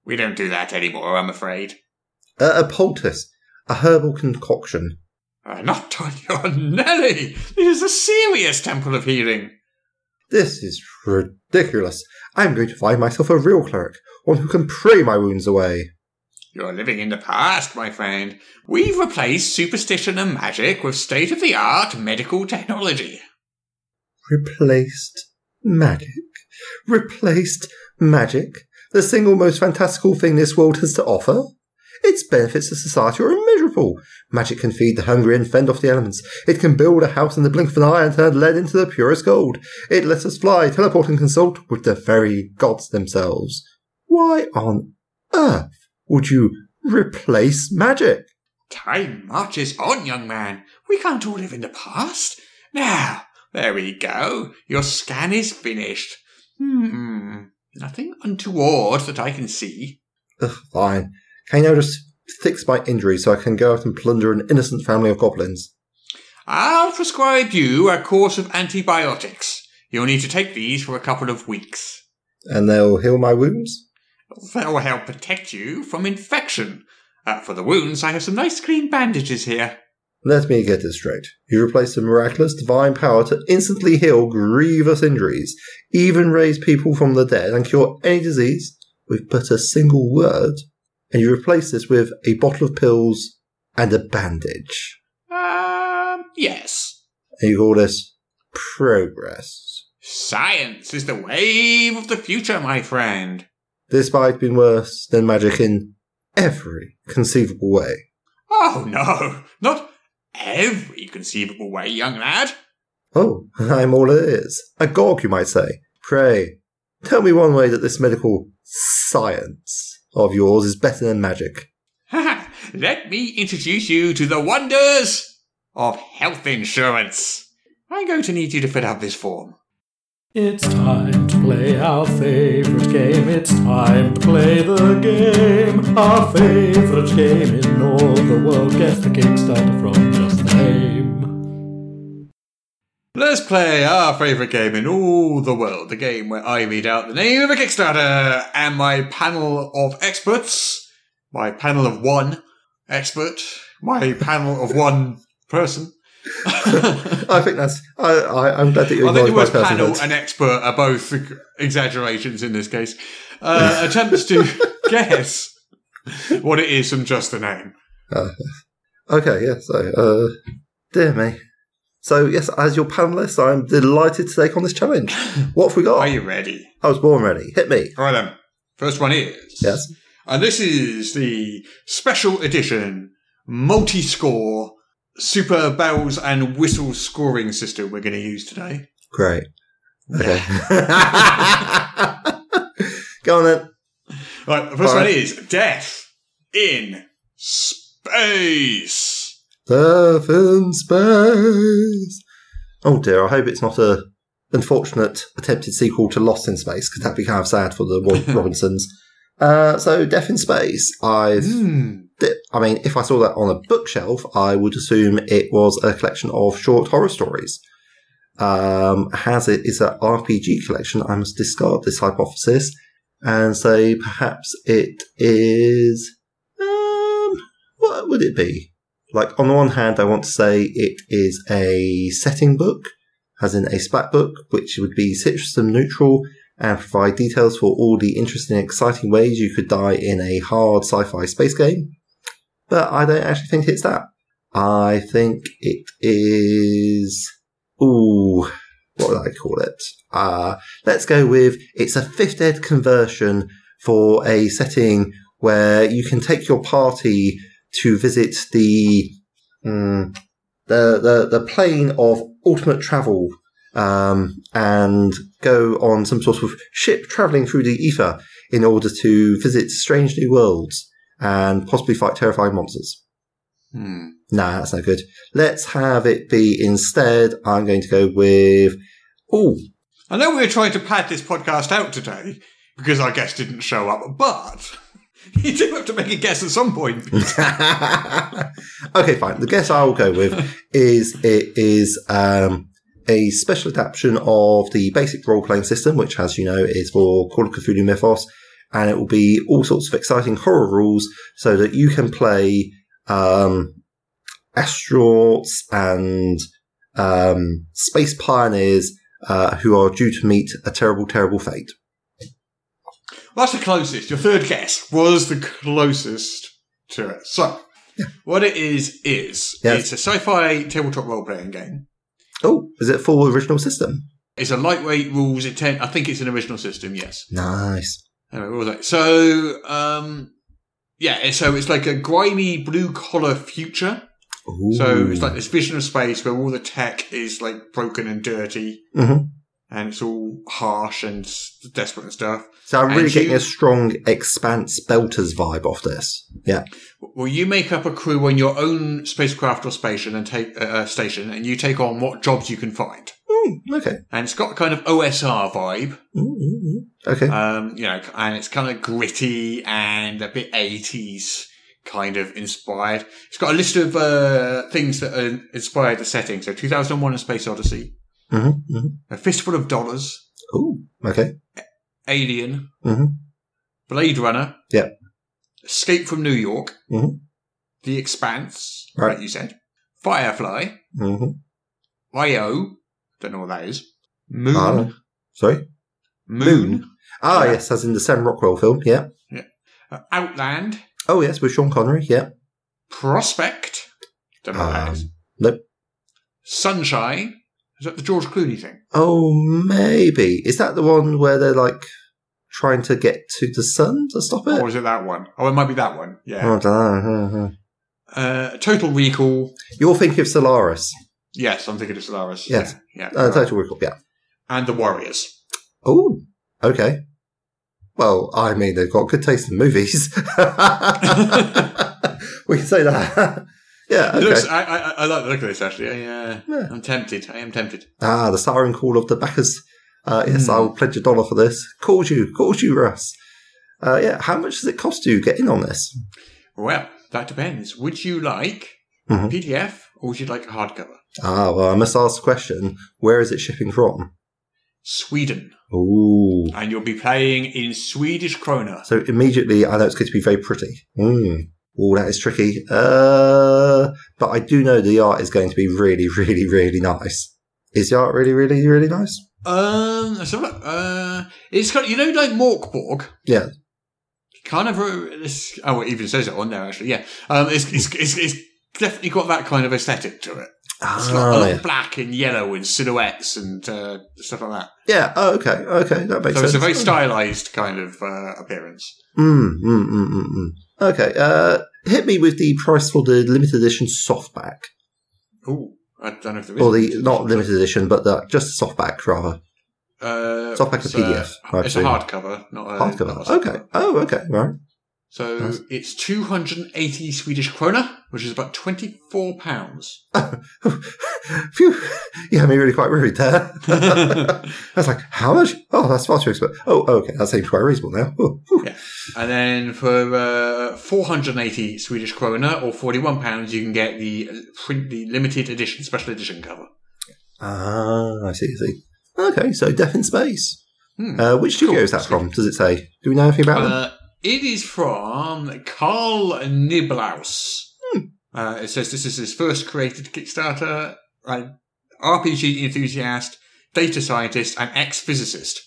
[SPEAKER 4] We don't do that anymore, I'm afraid.
[SPEAKER 5] Uh, a poultice, a herbal concoction.
[SPEAKER 4] Uh, not on your Nelly! This is a serious temple of healing.
[SPEAKER 5] This is ridiculous. I'm going to find myself a real cleric, one who can pray my wounds away.
[SPEAKER 4] You're living in the past, my friend. We've replaced superstition and magic with state of the art medical technology.
[SPEAKER 5] Replaced magic. Replaced magic. The single most fantastical thing this world has to offer. Its benefits to society are immeasurable. Magic can feed the hungry and fend off the elements. It can build a house in the blink of an eye and turn lead into the purest gold. It lets us fly, teleport, and consult with the very gods themselves. Why on earth would you replace magic?
[SPEAKER 4] Time marches on, young man. We can't all live in the past. Now, there we go. Your scan is finished. Hmm. Nothing untoward that I can see.
[SPEAKER 5] Ugh, fine. Can you now just fix my injury so I can go out and plunder an innocent family of goblins?
[SPEAKER 4] I'll prescribe you a course of antibiotics. You'll need to take these for a couple of weeks.
[SPEAKER 5] And they'll heal my wounds?
[SPEAKER 4] They'll help protect you from infection. Uh, for the wounds, I have some nice clean bandages here.
[SPEAKER 5] Let me get this straight. You replaced the miraculous divine power to instantly heal grievous injuries, even raise people from the dead, and cure any disease with but a single word, and you replace this with a bottle of pills and a bandage.
[SPEAKER 4] Um, yes.
[SPEAKER 5] And you call this progress.
[SPEAKER 4] Science is the wave of the future, my friend.
[SPEAKER 5] This might have been worse than magic in every conceivable way.
[SPEAKER 4] Oh no, not every conceivable way, young lad.
[SPEAKER 5] Oh, I'm all ears. A gog, you might say. Pray, tell me one way that this medical science of yours is better than magic.
[SPEAKER 4] Let me introduce you to the wonders of health insurance. I'm going to need you to fill out this form.
[SPEAKER 6] It's time to play our favorite game. It's time to play the game. Our favorite game in all the world. Guess the Kickstarter from just the name.
[SPEAKER 4] Let's play our favourite game in all the world, the game where I read out the name of a Kickstarter and my panel of experts, my panel of one expert, my panel of one person.
[SPEAKER 5] I think that's. I, I, I'm glad that you
[SPEAKER 4] I think the
[SPEAKER 5] acknowledge my
[SPEAKER 4] words panel
[SPEAKER 5] personhood.
[SPEAKER 4] and expert are both exaggerations in this case. Uh, attempts to guess what it is from just the name.
[SPEAKER 5] Okay, yeah. So, uh, dear me. So, yes, as your panelist, I'm delighted to take on this challenge. What have we got?
[SPEAKER 4] Are you ready?
[SPEAKER 5] I was born ready. Hit me.
[SPEAKER 4] All right then. First one is.
[SPEAKER 5] Yes.
[SPEAKER 4] And this is the special edition multi score super bells and whistle scoring system we're going to use today.
[SPEAKER 5] Great. Okay. Go on then.
[SPEAKER 4] Right, the first
[SPEAKER 5] All right.
[SPEAKER 4] one is Death in Space.
[SPEAKER 5] Death in space. Oh dear, I hope it's not a unfortunate attempted sequel to Lost in Space because that'd be kind of sad for the Rob- Robinsons. Uh, so, Death in Space. I've
[SPEAKER 4] Hmm.
[SPEAKER 5] Th- I mean, if I saw that on a bookshelf, I would assume it was a collection of short horror stories. Um, has it is an RPG collection? I must discard this hypothesis and say perhaps it is. Um, what would it be? Like on the one hand, I want to say it is a setting book, as in a splat book, which would be system neutral and provide details for all the interesting and exciting ways you could die in a hard sci-fi space game but I don't actually think it's that. I think it is. Ooh, what would I call it? Uh, let's go with it's a fifth ed conversion for a setting where you can take your party to visit the mm, the, the the plane of ultimate travel um, and go on some sort of ship traveling through the ether in order to visit strange new worlds and possibly fight terrifying monsters.
[SPEAKER 4] Hmm.
[SPEAKER 5] Nah, that's no good. Let's have it be instead. I'm going to go with. Oh,
[SPEAKER 4] I know we were trying to pad this podcast out today because our guest didn't show up, but you do have to make a guess at some point.
[SPEAKER 5] okay, fine. The guess I'll go with is it is um, a special adaptation of the basic role playing system, which, as you know, is for Call of Cthulhu Mythos, and it will be all sorts of exciting horror rules so that you can play um, astronauts and um, space pioneers uh, who are due to meet a terrible, terrible fate.
[SPEAKER 4] That's the closest. Your third guess was the closest to it. So, what it is is it's
[SPEAKER 5] Yes.
[SPEAKER 4] a sci-fi tabletop role-playing game.
[SPEAKER 5] Oh, is it full original system?
[SPEAKER 4] It's a lightweight rules intent. I think it's an original system. Yes.
[SPEAKER 5] Nice.
[SPEAKER 4] Anyway, what was I? So, um, yeah. So it's like a grimy blue-collar future. So it's like this vision of space where all the tech is like broken and dirty,
[SPEAKER 5] hmm
[SPEAKER 4] and it's all harsh and s- desperate and stuff.
[SPEAKER 5] So I'm
[SPEAKER 4] And
[SPEAKER 5] really
[SPEAKER 4] you-
[SPEAKER 5] getting a strong expanse belters vibe off this. Yeah.
[SPEAKER 4] Well, you make up a crew on your own spacecraft or station and take uh, uh, station, and you take on what jobs you can find.
[SPEAKER 5] Mm, okay.
[SPEAKER 4] And it's got a kind of OSR vibe,
[SPEAKER 5] Mm, mm, mm. Okay.
[SPEAKER 4] um, you know, and it's kind of gritty and a bit eighties kind of inspired. It's got a list of uh, things that uh, inspired the setting. So 2001: A Space Odyssey,
[SPEAKER 5] hmm hmm
[SPEAKER 4] A Fistful of Dollars,
[SPEAKER 5] Ooh. Okay.
[SPEAKER 4] Alien,
[SPEAKER 5] Mhm.
[SPEAKER 4] Blade Runner,
[SPEAKER 5] Yep.
[SPEAKER 4] Escape from New York,
[SPEAKER 5] Mhm.
[SPEAKER 4] The Expanse,
[SPEAKER 5] Right.
[SPEAKER 4] like you said, Firefly,
[SPEAKER 5] hmm
[SPEAKER 4] IO, don't know what that is, Moon,
[SPEAKER 5] Ah, no. Sorry.
[SPEAKER 4] Moon,
[SPEAKER 5] Moon. Ah,
[SPEAKER 4] Yeah.
[SPEAKER 5] yes, as in the Sam Rockwell film. Yeah.
[SPEAKER 4] uh, Outland,
[SPEAKER 5] Oh, yes, with Sean Connery. Yeah.
[SPEAKER 4] Prospect, don't know what that
[SPEAKER 5] Um,
[SPEAKER 4] is,
[SPEAKER 5] nope.
[SPEAKER 4] Sunshine, is that the George Clooney thing?
[SPEAKER 5] Oh, maybe. Is that the one where they're like trying to get to the sun to stop it?
[SPEAKER 4] Or is it that one? Oh, it might be that one, yeah.
[SPEAKER 5] Oh, I dunno. Mhm.
[SPEAKER 4] Uh, Total Recall,
[SPEAKER 5] You're thinking of Solaris.
[SPEAKER 4] yes, I'm thinking of Solaris.
[SPEAKER 5] Yes.
[SPEAKER 4] Yeah, yeah.
[SPEAKER 5] Uh, Total Recall. Yeah.
[SPEAKER 4] And The Warriors.
[SPEAKER 5] Oh, okay. Well, I mean, they've got good taste in movies. we can say that. yeah,
[SPEAKER 4] It
[SPEAKER 5] okay.
[SPEAKER 4] looks, I, I, I- I like the look of this actually. I, uh,
[SPEAKER 5] Yeah.
[SPEAKER 4] I'm tempted. I am tempted.
[SPEAKER 5] ah, the siren call of the backers Uh, yes,
[SPEAKER 4] Hmm.
[SPEAKER 5] I will pledge a dollar for this. Called you, called you, Russ. Uh, yeah, how much does it cost to get in on this?
[SPEAKER 4] Well, that depends. Would you like
[SPEAKER 5] Mhm.
[SPEAKER 4] PDF or would you like a hardcover?
[SPEAKER 5] Ah, well, I must ask the question: Where is it shipping from?
[SPEAKER 4] Sweden.
[SPEAKER 5] Ooh,
[SPEAKER 4] And you'll be playing in Swedish krona.
[SPEAKER 5] so immediately I know it's going to be very pretty. Mm. Oh, that is tricky. Uh, but I do know the art is going to be really, really, really nice. Is the art really, really, really nice?
[SPEAKER 4] Um, let's have a look. Uh, it's got you know like Morkborg.
[SPEAKER 5] Yeah.
[SPEAKER 4] Kind of. A, it's, oh, it even says it on there actually. Yeah. Um, it's it's, it's it's definitely got that kind of aesthetic to it. It's got a
[SPEAKER 5] Ah,
[SPEAKER 4] lot
[SPEAKER 5] yeah.
[SPEAKER 4] of black and yellow and silhouettes and uh, stuff like that.
[SPEAKER 5] yeah. Oh, okay. Okay, that makes
[SPEAKER 4] so it's
[SPEAKER 5] sense.
[SPEAKER 4] a very
[SPEAKER 5] Okay.
[SPEAKER 4] stylized kind of uh, appearance.
[SPEAKER 5] Mm, mm, mm, mm, mm. Okay. Uh, hit me with the price for the limited edition softback,
[SPEAKER 4] Ooh, I don't know if there is.
[SPEAKER 5] or the not limited edition, but the, just the softback rather.
[SPEAKER 4] Uh,
[SPEAKER 5] It's not like a
[SPEAKER 4] it's
[SPEAKER 5] PDF, I
[SPEAKER 4] it's a
[SPEAKER 5] presume.
[SPEAKER 4] hardcover, not a
[SPEAKER 5] Hardcover.
[SPEAKER 4] not a
[SPEAKER 5] Okay. Oh, okay. Right.
[SPEAKER 4] So
[SPEAKER 5] Nice.
[SPEAKER 4] it's 280 Swedish krona, which is about 24 pounds.
[SPEAKER 5] Phew. You had me really quite worried there. I was like, how much? Oh, that's far too expensive. Oh, okay. That seems quite reasonable now. Oh, phew.
[SPEAKER 4] And then for uh, 480 Swedish krona or 41 pounds, you can get the print, the limited edition special edition cover.
[SPEAKER 5] Ah, I see. I see. Okay. So Death in Space.
[SPEAKER 4] Hmm.
[SPEAKER 5] Uh, which studio
[SPEAKER 4] Cool.
[SPEAKER 5] is that from? Does it say? Do we know anything about them?
[SPEAKER 4] Uh, it is from Carl Niblaus.
[SPEAKER 5] Hmm.
[SPEAKER 4] Uh, it says this is his first created Kickstarter, uh, RPG enthusiast, data scientist, and ex physicist.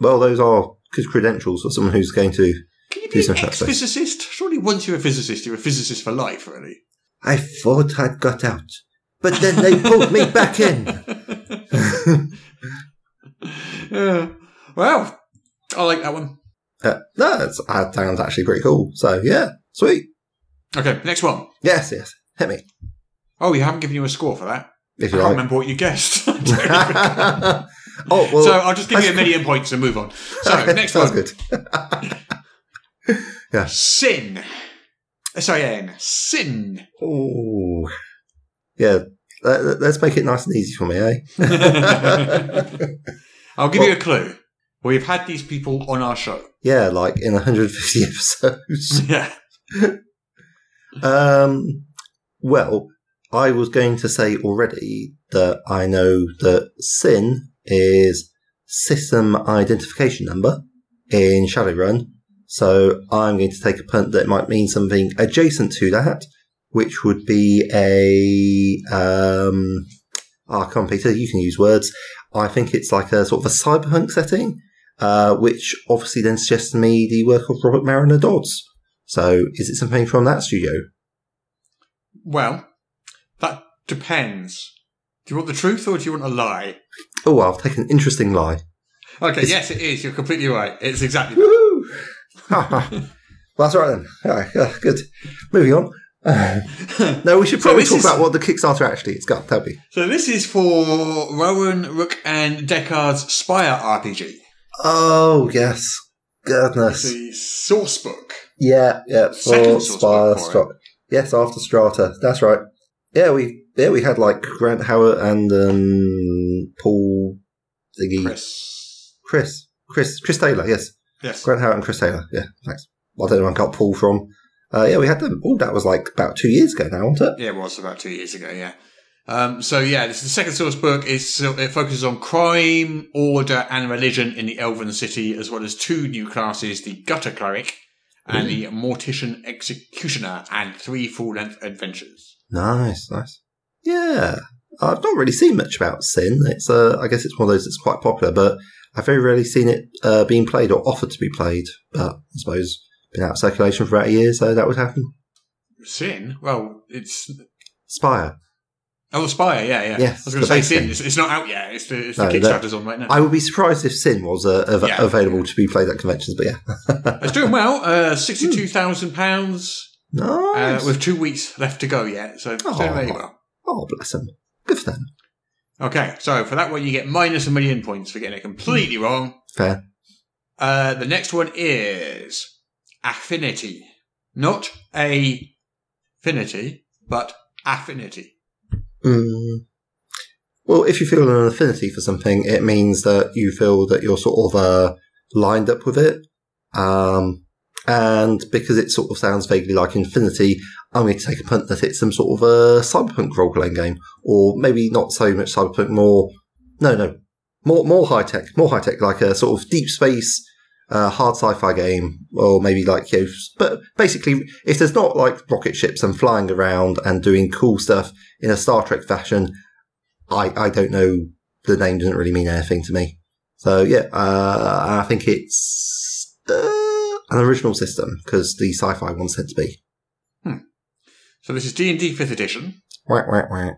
[SPEAKER 5] Well, those are good credentials for someone who's going to
[SPEAKER 4] Can you
[SPEAKER 5] Please
[SPEAKER 4] be an
[SPEAKER 5] don't touch
[SPEAKER 4] ex
[SPEAKER 5] those.
[SPEAKER 4] physicist? Surely once you're a physicist, you're a physicist for life, really.
[SPEAKER 5] I thought I'd got out, but then they pulled me back in.
[SPEAKER 4] Yeah. Well, I like that one.
[SPEAKER 5] Uh, no, that's, that sounds actually pretty cool. So, yeah, sweet.
[SPEAKER 4] Okay, next one.
[SPEAKER 5] Yes, yes. Hit me.
[SPEAKER 4] Oh, you haven't given you a score for that.
[SPEAKER 5] If
[SPEAKER 4] I can't
[SPEAKER 5] you like.
[SPEAKER 4] remember what you guessed.
[SPEAKER 5] oh, well.
[SPEAKER 4] so I'll just give you a
[SPEAKER 5] that's-
[SPEAKER 4] million points and move on. So, next
[SPEAKER 5] Sounds
[SPEAKER 4] one.
[SPEAKER 5] good.
[SPEAKER 4] Sin. Uh, Sorry, Ian. Sin.
[SPEAKER 5] Ooh. Yeah, let- let- let's make it nice and easy for me, eh?
[SPEAKER 4] I'll give
[SPEAKER 5] Well-
[SPEAKER 4] you a clue. We've had these people on our show.
[SPEAKER 5] Yeah, like in 150 episodes.
[SPEAKER 4] Yeah.
[SPEAKER 5] Um, well, I was going to say already that I know that SIN is System Identification Number in Shadowrun, so I'm going to take a punt that it might mean something adjacent to that, which would be a. Um, ah, come on, Peter, you can use words. I think it's like a sort of a cyberpunk setting, uh, which obviously then suggests to me the work of Robert Mariner Dodds. So, is it something from that studio?
[SPEAKER 4] Well, that depends. Do you want the truth or do you want a lie?
[SPEAKER 5] Oh, I'll take an interesting lie.
[SPEAKER 4] Okay,
[SPEAKER 5] It's-
[SPEAKER 4] yes, it is. You're completely right. It's exactly that.
[SPEAKER 5] Woohoo! well, that's right then. All right, yeah, good. Moving on. no, we should
[SPEAKER 4] So
[SPEAKER 5] probably
[SPEAKER 4] this
[SPEAKER 5] talk
[SPEAKER 4] is-
[SPEAKER 5] about what the Kickstarter actually is. Got tell me.
[SPEAKER 4] So this is for Rowan, Rook, and Deckard's Spire RPG.
[SPEAKER 5] Oh yes,
[SPEAKER 4] It's
[SPEAKER 5] goodness.
[SPEAKER 4] the source book.
[SPEAKER 5] Yeah, yeah.
[SPEAKER 4] Second
[SPEAKER 5] For
[SPEAKER 4] source
[SPEAKER 5] Spire,
[SPEAKER 4] book for it.
[SPEAKER 5] Stra- yes, after Strata. That's right. Yeah, we yeah we had like Grant Howard and um, Paul Ziggy
[SPEAKER 4] Chris.
[SPEAKER 5] Chris Chris Chris Taylor. Yes,
[SPEAKER 4] Yes.
[SPEAKER 5] Grant Howard and Chris Taylor. Yeah, thanks. I don't know where I got Paul from. Uh, yeah, we had them. Oh, that was like about two years ago now, wasn't it?
[SPEAKER 4] Yeah, it was about two years ago. Yeah. Um, so yeah, this is the second source book. Is so it focuses on crime, order, and religion in the Elven City, as well as two new classes: the Gutter Cleric and the Mortician Executioner, and three full-length adventures.
[SPEAKER 5] Nice, nice. Yeah, I've not really seen much about Sin. It's, uh, I guess it's one of those that's quite popular, but I've very rarely seen it uh, being played or offered to be played. But I suppose it's been out of circulation for about a year, so that would happen.
[SPEAKER 4] Sin. Well, it's
[SPEAKER 5] Spire.
[SPEAKER 4] oh, Spire. Yeah, yeah. I
[SPEAKER 5] Yes,
[SPEAKER 4] was going
[SPEAKER 5] the
[SPEAKER 4] to say
[SPEAKER 5] base
[SPEAKER 4] Sin.
[SPEAKER 5] thing.
[SPEAKER 4] It's, it's not out yet. It's the, it's the
[SPEAKER 5] No, the-
[SPEAKER 4] Kickstarter's on right now.
[SPEAKER 5] I would be surprised if Sin was uh, av-
[SPEAKER 4] Yeah. Uh,
[SPEAKER 5] available to be played at conventions, but yeah,
[SPEAKER 4] it's doing well. Uh, Sixty-two thousand pounds uh,
[SPEAKER 5] Hmm. nice.
[SPEAKER 4] with two weeks left to go yet. So it's doing
[SPEAKER 5] Aw.
[SPEAKER 4] very well.
[SPEAKER 5] oh, bless them. Good for them.
[SPEAKER 4] Okay, so for that one, you get minus a million points for getting it completely
[SPEAKER 5] Hmm.
[SPEAKER 4] wrong.
[SPEAKER 5] Fair.
[SPEAKER 4] Uh, the next one is affinity. Not a finity, but affinity.
[SPEAKER 5] Mm. Well, if you feel an affinity for something, it means that you feel that you're sort of uh, lined up with it. Um, and because it sort of sounds vaguely like Infinity, I'm going to take a punt that it's some sort of a cyberpunk role playing game, or maybe not so much cyberpunk, more no, no, more more high tech, more high tech, like a sort of deep space, uh, hard sci-fi game, or maybe like you. Know, but basically, if there's not like rocket ships and flying around and doing cool stuff in a Star Trek fashion, I I don't know. The name doesn't really mean anything to me. So yeah, uh, I think it's uh, an original system because the sci-fi one's said to be.
[SPEAKER 4] So this is D&D 5th edition.
[SPEAKER 5] Wah, wah, wah.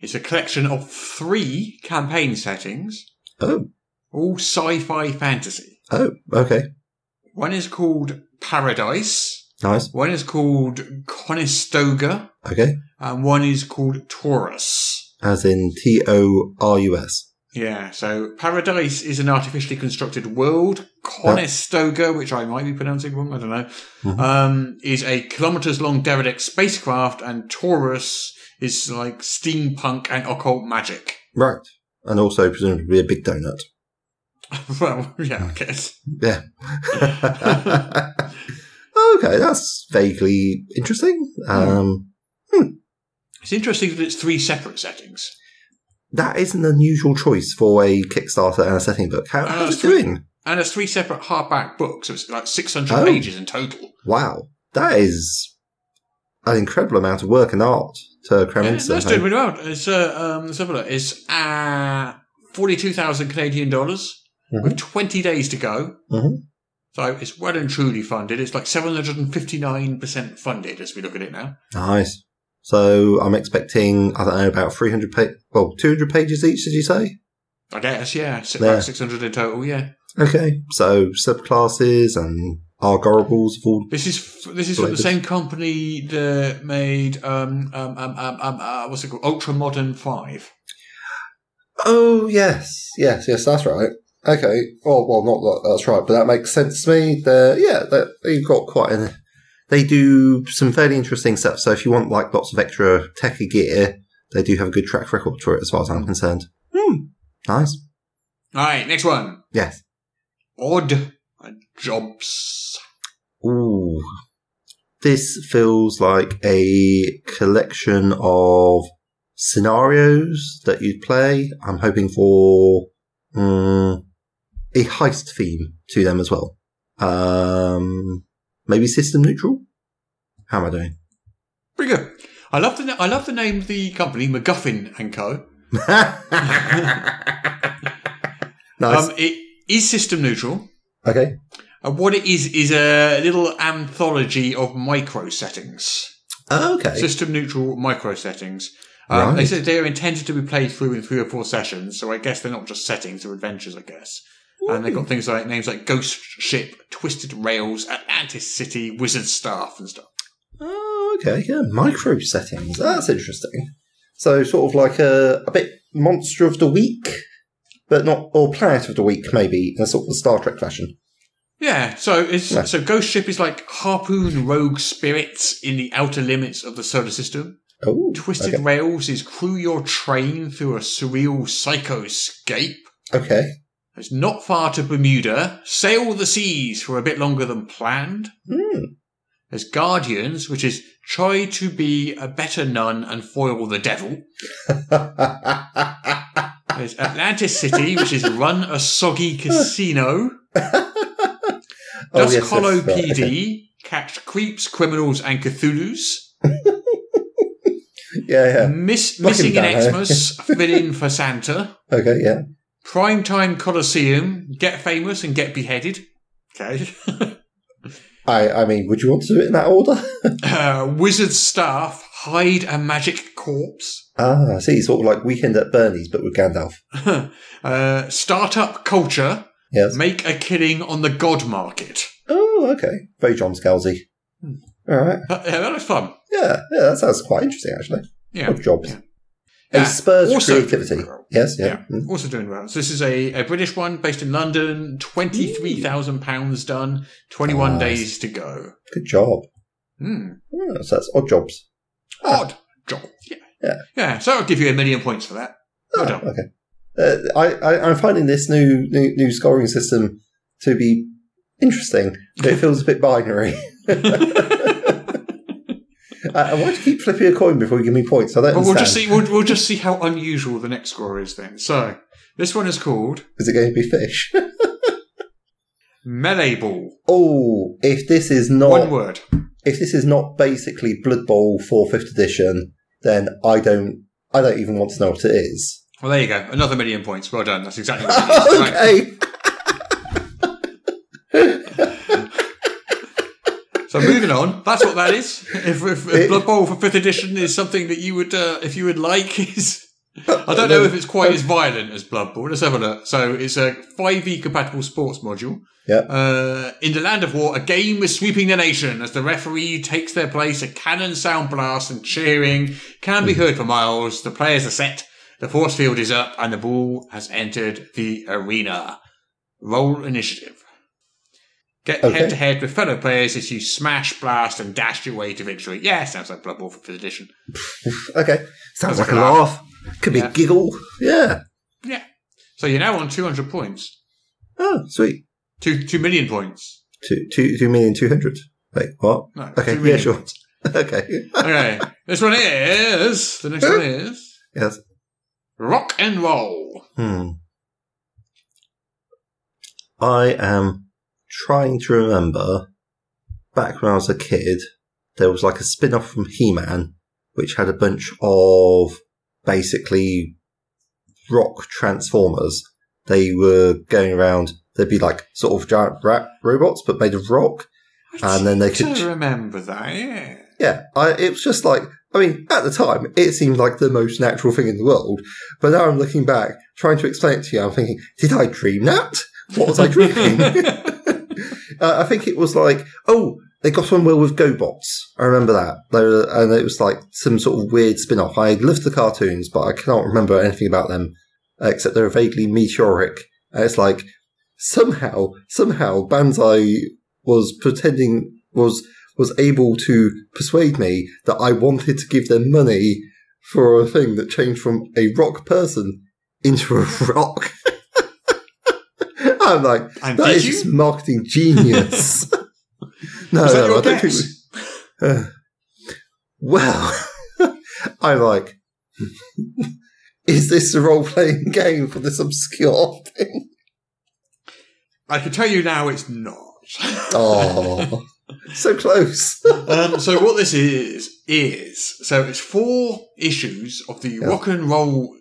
[SPEAKER 4] It's a collection of three campaign settings,
[SPEAKER 5] Oh,
[SPEAKER 4] all sci-fi fantasy.
[SPEAKER 5] oh, okay,
[SPEAKER 4] One is called Paradise,
[SPEAKER 5] nice,
[SPEAKER 4] one is called Conestoga,
[SPEAKER 5] okay.
[SPEAKER 4] and Um, one is called Taurus.
[SPEAKER 5] As in T O R U S.
[SPEAKER 4] Yeah, so Paradise is an artificially constructed world. Conestoga, which I might be pronouncing wrong, I don't know, um, is a kilometers long derelict spacecraft, and Taurus is like steampunk and occult magic.
[SPEAKER 5] Right, and also presumably a big donut.
[SPEAKER 4] well, yeah, I guess.
[SPEAKER 5] Yeah. okay, that's vaguely interesting. Um,
[SPEAKER 4] It's interesting that it's three separate settings.
[SPEAKER 5] that is an unusual choice for a Kickstarter and a setting book. How, how's it
[SPEAKER 4] that's really-
[SPEAKER 5] doing?
[SPEAKER 4] And it's three separate hardback books, so it's like 600
[SPEAKER 5] Oh.
[SPEAKER 4] pages in total.
[SPEAKER 5] Wow, that is an incredible amount of work and art to cram
[SPEAKER 4] Yeah,
[SPEAKER 5] into
[SPEAKER 4] that's doing
[SPEAKER 5] something.
[SPEAKER 4] really well. It's, uh, um, let's have a look. It's uh, 42,000 Canadian dollars with 20 days to go.
[SPEAKER 5] Mhm.
[SPEAKER 4] So it's well and truly funded. It's like 759% funded as we look at it now.
[SPEAKER 5] Nice. So I'm expecting, I don't know, about 300 pages, well, 200 pages each, did you say?
[SPEAKER 4] I guess, yeah. Six,
[SPEAKER 5] Yeah.
[SPEAKER 4] Like 600 in total, yeah.
[SPEAKER 5] Okay. So subclasses and Argorable's of all.
[SPEAKER 4] This is f- this is from the
[SPEAKER 5] Blended.
[SPEAKER 4] same company that made, um, um, um, um, um, uh, what's it called? Ultra Modern 5.
[SPEAKER 5] Oh, yes. Yes, yes, that's right. Okay. Well, well, not that, that's right, but that makes sense to me. They're, yeah, they're, they've got quite an. They do some fairly interesting stuff. So if you want like lots of extra techie gear, they do have a good track record for it as far as I'm concerned. Hmm. Nice.
[SPEAKER 4] All right, next one.
[SPEAKER 5] Yes.
[SPEAKER 4] Odd Jobs.
[SPEAKER 5] Ooh. This feels like a collection of scenarios that you'd play. I'm hoping for mm, a heist theme to them as well. Um, maybe system neutral? How am I doing?
[SPEAKER 4] Pretty good. I love the na- I love the name of the company MacGuffin and Co.
[SPEAKER 5] nice.
[SPEAKER 4] Um, it is system neutral,
[SPEAKER 5] okay.
[SPEAKER 4] and what it is is a little anthology of micro settings,
[SPEAKER 5] Okay.
[SPEAKER 4] system neutral micro settings. Um, They
[SPEAKER 5] Right.
[SPEAKER 4] said they are intended to be played through in three or four sessions, so I guess they're not just settings; they're adventures, I guess. And they've got things like names like Ghost Ship, Twisted Rails, Atlantis City, Wizard Staff, and stuff.
[SPEAKER 5] Oh, okay, yeah, micro settings. That's interesting. So, sort of like a, a bit monster of the week, but not, or planet of the week, maybe, in a sort of Star Trek fashion.
[SPEAKER 4] Yeah, so it's
[SPEAKER 5] Yeah.
[SPEAKER 4] so Ghost Ship is like harpoon rogue spirits in the outer limits of the solar system.
[SPEAKER 5] Oh,
[SPEAKER 4] Twisted
[SPEAKER 5] Okay.
[SPEAKER 4] Rails is crew your train through a surreal psychoscape.
[SPEAKER 5] okay.
[SPEAKER 4] It's not far to Bermuda. Sail the seas for a bit longer than planned.
[SPEAKER 5] Hmm.
[SPEAKER 4] There's Guardians, which is try to be a better nun and foil the devil. There's Atlantis City, which is run a soggy casino.
[SPEAKER 5] Oh,
[SPEAKER 4] Does
[SPEAKER 5] yes, yes,
[SPEAKER 4] Colo
[SPEAKER 5] right,
[SPEAKER 4] PD
[SPEAKER 5] okay.
[SPEAKER 4] catch creeps, criminals, and Cthulhu's?
[SPEAKER 5] Yeah, yeah.
[SPEAKER 4] Miss,
[SPEAKER 5] Fucking
[SPEAKER 4] missing in
[SPEAKER 5] Dano.
[SPEAKER 4] Xmas, fill in for Santa.
[SPEAKER 5] Okay, yeah.
[SPEAKER 4] Primetime Colosseum, get famous and get beheaded. Okay.
[SPEAKER 5] I, I mean, would you want to do it in that order?
[SPEAKER 4] uh, wizard staff, hide a magic corpse.
[SPEAKER 5] ah, I see. Sort of like Weekend at Bernie's, but with Gandalf.
[SPEAKER 4] uh, startup culture,
[SPEAKER 5] Yes.
[SPEAKER 4] make a killing on the god market.
[SPEAKER 5] Oh, okay. Very John Scalzi. All right.
[SPEAKER 4] Uh, yeah, that was fun.
[SPEAKER 5] Yeah, yeah, that sounds quite interesting, actually.
[SPEAKER 4] Yeah.
[SPEAKER 5] Good jobs.
[SPEAKER 4] Yeah.
[SPEAKER 5] It spurs
[SPEAKER 4] Also-
[SPEAKER 5] creativity. Yes, yeah.
[SPEAKER 4] Yeah,
[SPEAKER 5] Mm.
[SPEAKER 4] also doing well. So this is a, a British one based in London, £23,000 done, 21
[SPEAKER 5] Nice.
[SPEAKER 4] days to go.
[SPEAKER 5] Good job.
[SPEAKER 4] Hmm.
[SPEAKER 5] Yeah, so that's odd jobs.
[SPEAKER 4] Odd job. Yeah.
[SPEAKER 5] Yeah. Ah.
[SPEAKER 4] Yeah, so I'll give you a million points for that. Well done.
[SPEAKER 5] okay. Uh, I, I, I'm finding this new, new new scoring system to be interesting. but It feels a bit binary. Uh, I, I want to keep flipping a coin before you give me points. I don't
[SPEAKER 4] But we'll
[SPEAKER 5] understand.
[SPEAKER 4] just see. We'll, we'll just see how unusual the next score is then. So this one is called
[SPEAKER 5] Is it going to be fish?
[SPEAKER 4] melee ball.
[SPEAKER 5] oh, if this is not
[SPEAKER 4] One word.
[SPEAKER 5] if this is not basically Blood Bowl for fifth edition, then I don't I don't even want to know what it is.
[SPEAKER 4] Well, there you go. Another million points. Well done. That's exactly what it is. Right.
[SPEAKER 5] okay.
[SPEAKER 4] So moving on, that's what that is. If, if, if Blood Bowl for fifth edition is something that you would, uh, if you would like, is I don't know if it's quite as violent as Blood Bowl. Let's have a look. So it's a five E compatible sports module.
[SPEAKER 5] Yep.
[SPEAKER 4] Uh, in the land of war, a game is sweeping the nation as the referee takes their place. A cannon sound blast and cheering can
[SPEAKER 5] Hmm.
[SPEAKER 4] be heard for miles. The players are set. The force field is up, and the ball has entered the arena. Roll initiative. Get
[SPEAKER 5] Okay.
[SPEAKER 4] head to head with fellow players as you smash, blast, and dash your way to victory. Yeah, sounds like Blood Bowl for fifth edition.
[SPEAKER 5] okay. Sounds
[SPEAKER 4] like
[SPEAKER 5] like
[SPEAKER 4] a
[SPEAKER 5] a laugh. Could be
[SPEAKER 4] Yeah.
[SPEAKER 5] giggle. Yeah.
[SPEAKER 4] Yeah. So you're now on 200 points.
[SPEAKER 5] Oh, sweet.
[SPEAKER 4] Two, two million points.
[SPEAKER 5] Two two two million two hundred. Wait, what?
[SPEAKER 4] No,
[SPEAKER 5] okay,
[SPEAKER 4] two
[SPEAKER 5] yeah,
[SPEAKER 4] million
[SPEAKER 5] sure.
[SPEAKER 4] points.
[SPEAKER 5] okay.
[SPEAKER 4] Okay. this one is. The next one is.
[SPEAKER 5] Yes.
[SPEAKER 4] Rock and roll.
[SPEAKER 5] Hmm. I am trying to remember back when I was a kid, there was like a spin off from He Man, which had a bunch of basically rock transformers. They were going around, they'd be like sort of giant rat robots, but made of rock. And then they
[SPEAKER 4] To
[SPEAKER 5] could.
[SPEAKER 4] remember that, yeah.
[SPEAKER 5] Yeah, I, it was just like, I mean, at the time, it seemed like the most natural thing in the world. But now I'm looking back, trying to explain it to you, I'm thinking, did I dream that? What was I dreaming? uh, I think it was like, oh, they got on well with GoBots. I remember that. They were, and it was like some sort of weird spin off. I loved the cartoons, but I cannot remember anything about them except they're vaguely meteoric. And it's like, somehow, somehow, Banzai was pretending, was was able to persuade me that I wanted to give them money for a thing that changed from a rock person into a rock. I'm like,
[SPEAKER 4] And
[SPEAKER 5] that
[SPEAKER 4] did
[SPEAKER 5] is
[SPEAKER 4] you?
[SPEAKER 5] just marketing genius. no,
[SPEAKER 4] Was that
[SPEAKER 5] no,
[SPEAKER 4] your
[SPEAKER 5] I don't think.
[SPEAKER 4] guess?
[SPEAKER 5] we- Uh, well, I'm like, is this a role playing game for this obscure thing?
[SPEAKER 4] I can tell you now it's not.
[SPEAKER 5] Oh, so close.
[SPEAKER 4] um, so what this is is so it's four issues of the rock and roll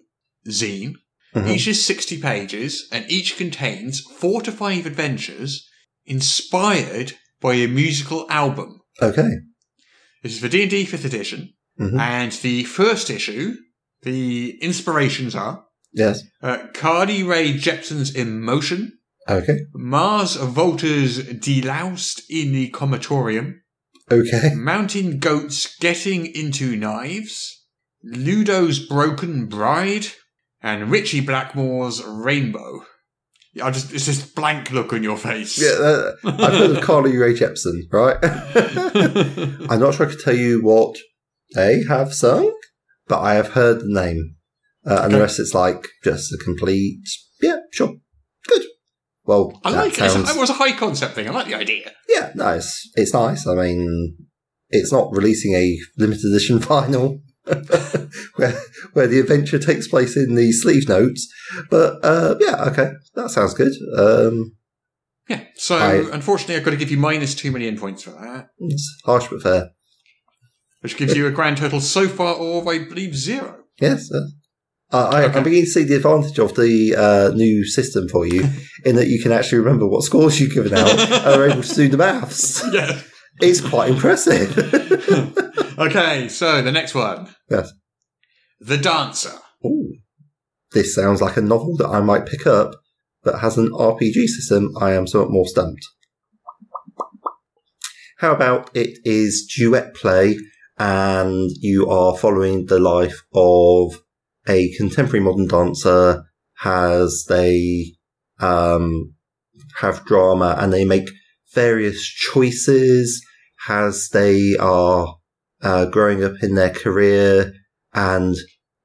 [SPEAKER 4] zine.
[SPEAKER 5] Mhm.
[SPEAKER 4] Each is sixty pages, and each contains four to five adventures inspired by a musical album.
[SPEAKER 5] okay.
[SPEAKER 4] This is for D and D fifth edition,
[SPEAKER 5] Mhm.
[SPEAKER 4] and the first issue, the inspirations are
[SPEAKER 5] Yes.
[SPEAKER 4] uh, Cardi Ray Jepsen's "Emotion,"
[SPEAKER 5] Okay.
[SPEAKER 4] Mars Volta's "Deloused in the Comatorium."
[SPEAKER 5] Okay.
[SPEAKER 4] Mountain Goats Getting Into Knives, Ludo's Broken Bride, and Richie Blackmore's Rainbow. Yeah, I just, it's this blank look on your face.
[SPEAKER 5] Yeah, uh, I've heard of Carly E. Ray Jepsen, right? I'm not sure I could tell you what they have sung, but I have heard the name. Uh, and the
[SPEAKER 4] Okay.
[SPEAKER 5] rest it's like just a complete, yeah, sure, good. Well,
[SPEAKER 4] I
[SPEAKER 5] that
[SPEAKER 4] like it. It's-
[SPEAKER 5] sounds,
[SPEAKER 4] It was a high concept thing. I like the idea.
[SPEAKER 5] yeah, no, it's, it's nice. I mean, it's not releasing a limited edition vinyl where, where the adventure takes place in the sleeve notes, but uh, yeah, okay, that sounds good. Um,
[SPEAKER 4] Yeah. So,
[SPEAKER 5] I-
[SPEAKER 4] unfortunately, I've got to give you minus two million points for that,
[SPEAKER 5] it's harsh but fair.
[SPEAKER 4] which gives you a grand total so far of, I believe, zero.
[SPEAKER 5] Yes. yes. Uh, I,
[SPEAKER 4] Okay.
[SPEAKER 5] I'm beginning to see the advantage of the uh, new system for you in that you can actually remember what scores you've given out and are able to do the maths.
[SPEAKER 4] Yeah.
[SPEAKER 5] It's quite impressive.
[SPEAKER 4] okay. So, the next one
[SPEAKER 5] yes.
[SPEAKER 4] The Dancer.
[SPEAKER 5] Ooh. This sounds like a novel that I might pick up that has an RPG system. I am somewhat more stumped. How about it is duet play and you are following the life of a contemporary modern dancer as they um, have drama and they make various choices as they are uh, growing up in their career and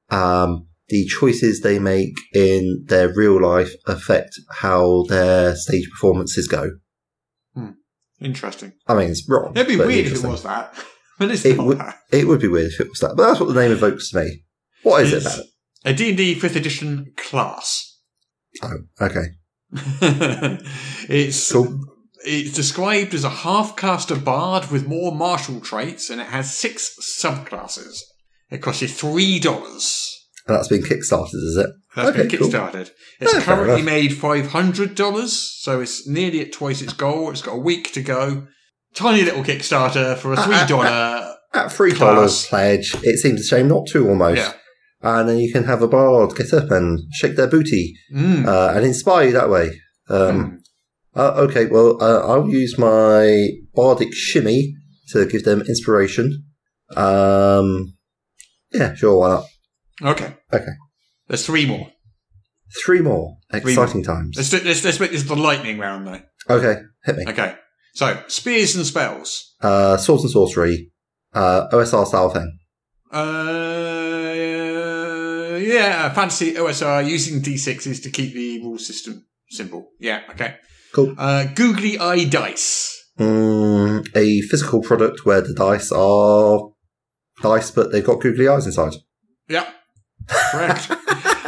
[SPEAKER 5] um, the choices they make in their real life affect how their stage performances go.
[SPEAKER 4] Interesting.
[SPEAKER 5] I mean, it's wrong.
[SPEAKER 4] It'd be
[SPEAKER 5] but
[SPEAKER 4] weird if it
[SPEAKER 5] interesting.
[SPEAKER 4] was that, but it's
[SPEAKER 5] It
[SPEAKER 4] not.
[SPEAKER 5] would,
[SPEAKER 4] that.
[SPEAKER 5] it would be weird if it was that, but that's what the name evokes to me. What is it
[SPEAKER 4] It's
[SPEAKER 5] about it?
[SPEAKER 4] A D&D 5th edition class.
[SPEAKER 5] Oh, okay.
[SPEAKER 4] it's
[SPEAKER 5] Cool.
[SPEAKER 4] it's described as a half-caster bard with more martial traits, and it has six subclasses. It costs you three dollars.
[SPEAKER 5] And that's been kickstarted, is it?
[SPEAKER 4] That's
[SPEAKER 5] okay,
[SPEAKER 4] been
[SPEAKER 5] cool.
[SPEAKER 4] kickstarted. It's
[SPEAKER 5] Yeah, fair
[SPEAKER 4] currently
[SPEAKER 5] enough.
[SPEAKER 4] made five hundred dollars, so it's nearly at twice its goal. It's got a week to go. Tiny little Kickstarter for a
[SPEAKER 5] Ah,
[SPEAKER 4] three
[SPEAKER 5] ah,
[SPEAKER 4] dollar.
[SPEAKER 5] At three
[SPEAKER 4] Class.
[SPEAKER 5] dollars pledge, it seems a shame not to almost.
[SPEAKER 4] Yeah.
[SPEAKER 5] And then you can have a bard get up and shake their booty
[SPEAKER 4] Mm.
[SPEAKER 5] uh, and inspire you that way. Um,
[SPEAKER 4] Mm.
[SPEAKER 5] uh, okay, well, uh, I'll use my bardic shimmy to give them inspiration. Um, yeah, sure, why not?
[SPEAKER 4] Okay.
[SPEAKER 5] Ah, okay.
[SPEAKER 4] There's three more.
[SPEAKER 5] Three more
[SPEAKER 4] Three
[SPEAKER 5] exciting times.
[SPEAKER 4] Let's do, let's, let's make this the lightning round though.
[SPEAKER 5] Okay, hit me.
[SPEAKER 4] Okay. So spears and spells.
[SPEAKER 5] Uh, swords and sorcery, uh, OSR style thing.
[SPEAKER 4] Uh, yeah, fantasy OSR using d6s to keep the rule system simple. Yeah. Okay.
[SPEAKER 5] Cool.
[SPEAKER 4] Uh, googly eye dice.
[SPEAKER 5] Mm, a physical product where the dice are dice, but they've got googly eyes inside.
[SPEAKER 4] Yep. Correct.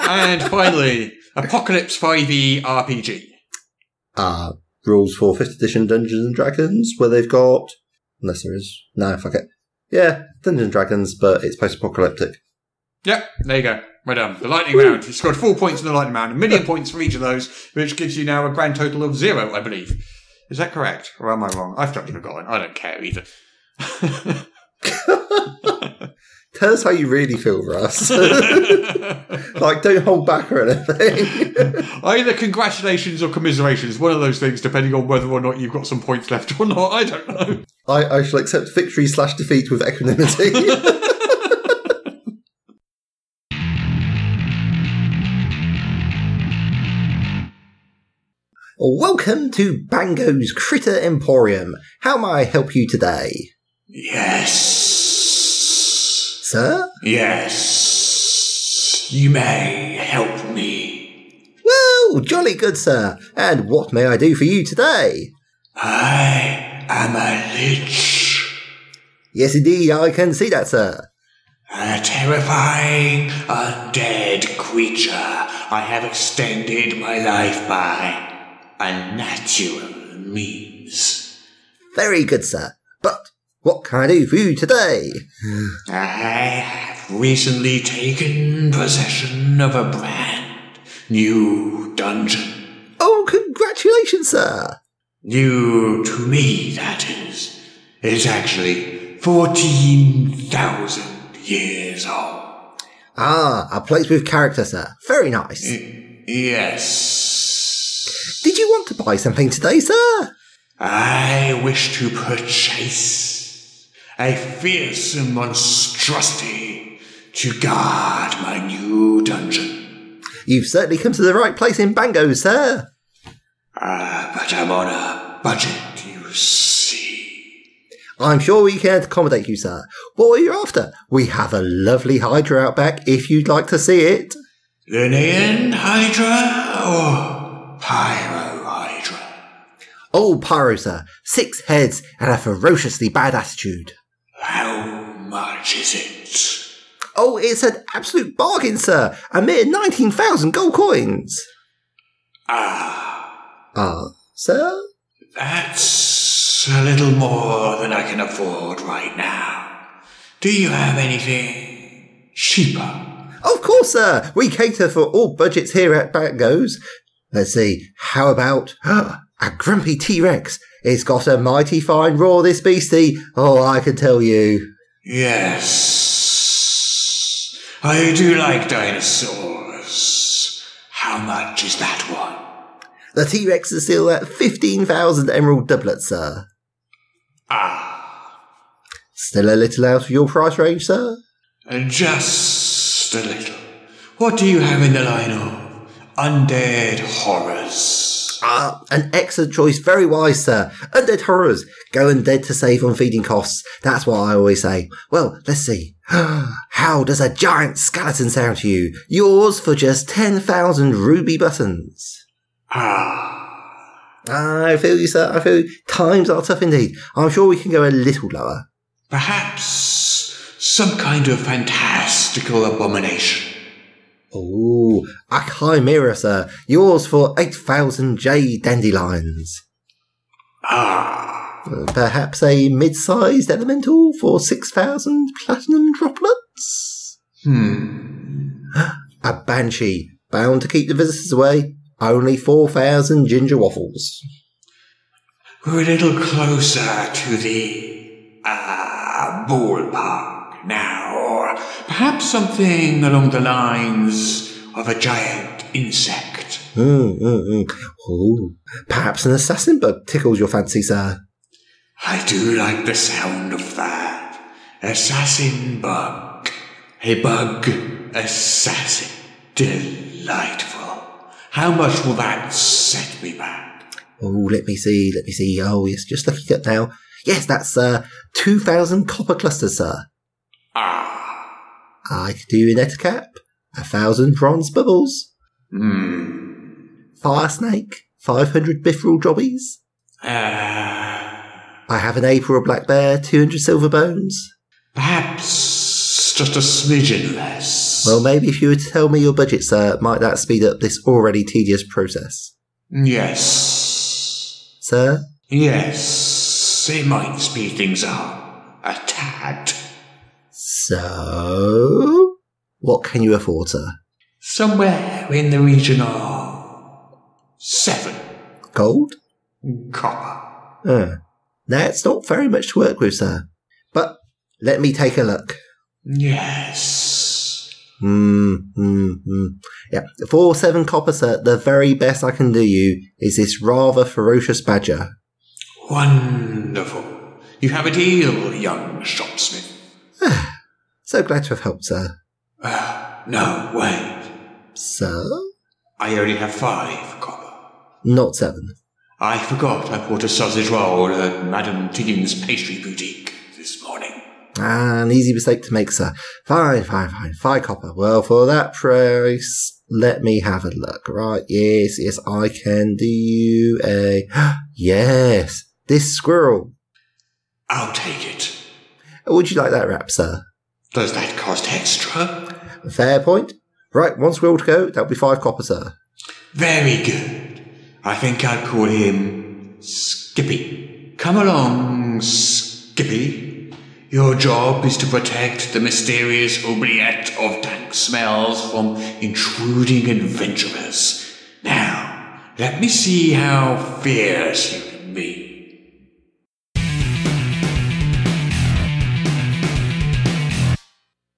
[SPEAKER 4] and finally, Apocalypse E 5e RPG.
[SPEAKER 5] Uh, rules for 5th edition Dungeons and Dragons, where they've got. Unless there is. No, fuck it. Yeah, Dungeons and Dragons, but it's post apocalyptic.
[SPEAKER 4] Yep, there you go. Well done. The lightning round. You scored four points in the lightning round, a million points for each of those, which gives you now a grand total of zero, I believe. Is that correct? Or am I wrong? I've totally forgotten. I don't care either.
[SPEAKER 5] Tell us how you really feel, Russ. like, don't hold back or anything.
[SPEAKER 4] Either congratulations or commiserations, one of those things, depending on whether or not you've got some points left or not. I don't know.
[SPEAKER 5] I, I shall accept victory slash defeat with equanimity. Welcome to Bango's Critter Emporium. How may I help you today,
[SPEAKER 4] Yes.
[SPEAKER 5] sir?
[SPEAKER 4] Yes, you may help me.
[SPEAKER 5] Well, jolly good, sir. And what may I do for you today?
[SPEAKER 4] I am a lich,
[SPEAKER 5] Yes, indeed, I can see that, sir.
[SPEAKER 4] a terrifying undead creature. I have extended my life by unnatural means.
[SPEAKER 5] Very good, sir. But what can I do for you today?
[SPEAKER 4] I have recently taken possession of a brand new dungeon.
[SPEAKER 5] Oh, congratulations, sir.
[SPEAKER 4] New to me, that is. It's actually 14,000 years old.
[SPEAKER 5] Ah, a place with character, sir. Very nice.
[SPEAKER 4] Yes.
[SPEAKER 5] Did you want to buy something today, sir?
[SPEAKER 4] I wish to purchase a fearsome monstrosity to guard my new dungeon.
[SPEAKER 5] You've certainly come to the right place in Bango, sir.
[SPEAKER 4] Ah, but I'm on a budget, you see.
[SPEAKER 5] I'm sure we can accommodate you, sir. What are you after? We have a lovely Hydra out back if you'd like to see it.
[SPEAKER 4] Linnean Hydra or Pyro Hydra?
[SPEAKER 5] Oh, Pyro, sir. Six heads and a ferociously bad attitude.
[SPEAKER 4] How much is it?
[SPEAKER 5] Oh, it's an absolute bargain, sir. A mere 19,000 gold coins.
[SPEAKER 4] Ah,
[SPEAKER 5] Ah, sir?
[SPEAKER 4] that's a little more than I can afford right now. Do you have anything cheaper?
[SPEAKER 5] Of course, sir. We cater for all budgets here at Bango's. Let's see. How about a grumpy T Rex? It's got a mighty fine roar, this beastie. Oh, I can tell you.
[SPEAKER 4] Yes. I do like dinosaurs. How much is that one?
[SPEAKER 5] The T Rex is still at 15,000 emerald doublets, sir.
[SPEAKER 4] Ah,
[SPEAKER 5] Still a little out of your price range, sir?
[SPEAKER 4] just a little. What do you have in the line of undead horrors?
[SPEAKER 5] Ah, an excellent choice. Very wise, sir. Undead horrors. Go undead to save on feeding costs. That's what I always say. Well, let's see. How does a giant skeleton sound to you? Yours for just 10,000 ruby buttons.
[SPEAKER 4] Ah.
[SPEAKER 5] I feel you, sir. I feel you. Times are tough indeed. I'm sure we can go a little lower.
[SPEAKER 4] Perhaps some kind of fantastical abomination.
[SPEAKER 5] Ooh, a chimera, sir. Yours for 8,000 jade dandelions.
[SPEAKER 4] Ah.
[SPEAKER 5] Perhaps a mid-sized elemental for 6,000 platinum droplets?
[SPEAKER 4] Hmm.
[SPEAKER 5] A banshee, bound to keep the visitors away. Only 4,000 ginger waffles.
[SPEAKER 4] We're a little closer to the uh, ballpark now, or perhaps something along the lines of a giant insect.
[SPEAKER 5] Mm, mm, mm. Ooh, perhaps an assassin bug tickles your fancy, sir.
[SPEAKER 4] I do like the sound of that. Assassin bug. A bug assassin. Delightful. How much will that set me back?
[SPEAKER 5] Oh, let me see, let me see. Oh, yes, just looking up now. Yes, that's uh, 2,000 copper clusters, sir.
[SPEAKER 4] Ah.
[SPEAKER 5] I could do an etacap, a thousand bronze bubbles,
[SPEAKER 4] Hmm.
[SPEAKER 5] fire snake, 500 biffrel jobbies.
[SPEAKER 4] Uh,
[SPEAKER 5] I have an ape or a black bear, 200 silver bones.
[SPEAKER 4] perhaps just a smidgen less.
[SPEAKER 5] Well, maybe if you would tell me your budget, sir, might that speed up this already tedious process?
[SPEAKER 4] Yes.
[SPEAKER 5] Sir?
[SPEAKER 4] Yes. It might speed things up. A tad.
[SPEAKER 5] So? What can you afford, sir?
[SPEAKER 4] Somewhere in the region of seven
[SPEAKER 5] Gold?
[SPEAKER 4] copper.
[SPEAKER 5] Uh, that's not very much to work with, sir. But let me take a look.
[SPEAKER 4] Yes.
[SPEAKER 5] Hmm, hmm, hmm. Yeah, four seven copper, sir. The very best I can do you is this rather ferocious badger.
[SPEAKER 4] Wonderful. You have a deal, young shopsmith.
[SPEAKER 5] So glad to have helped, sir.
[SPEAKER 4] Ah, no, wait.
[SPEAKER 5] Sir?
[SPEAKER 4] I only have five copper.
[SPEAKER 5] Not seven.
[SPEAKER 4] I forgot I bought a sausage roll at Madame Tiggins's pastry boutique this morning.
[SPEAKER 5] Ah, an easy mistake to make, sir. Fine, fine, fine. Five copper. Well, for that price, let me have a look. Right, yes, yes, I can do you a... yes, this squirrel.
[SPEAKER 4] I'll take it.
[SPEAKER 5] Would you like that wrap, sir?
[SPEAKER 4] Does that cost extra?
[SPEAKER 5] Fair point. Right, one squirrel to go. That'll be five copper, sir.
[SPEAKER 4] Very good. I think I'll call him Skippy. Come along, Skippy. Your job is to protect the mysterious oubliette of dank smells from intruding adventurers. Now, let me see how fierce you can be.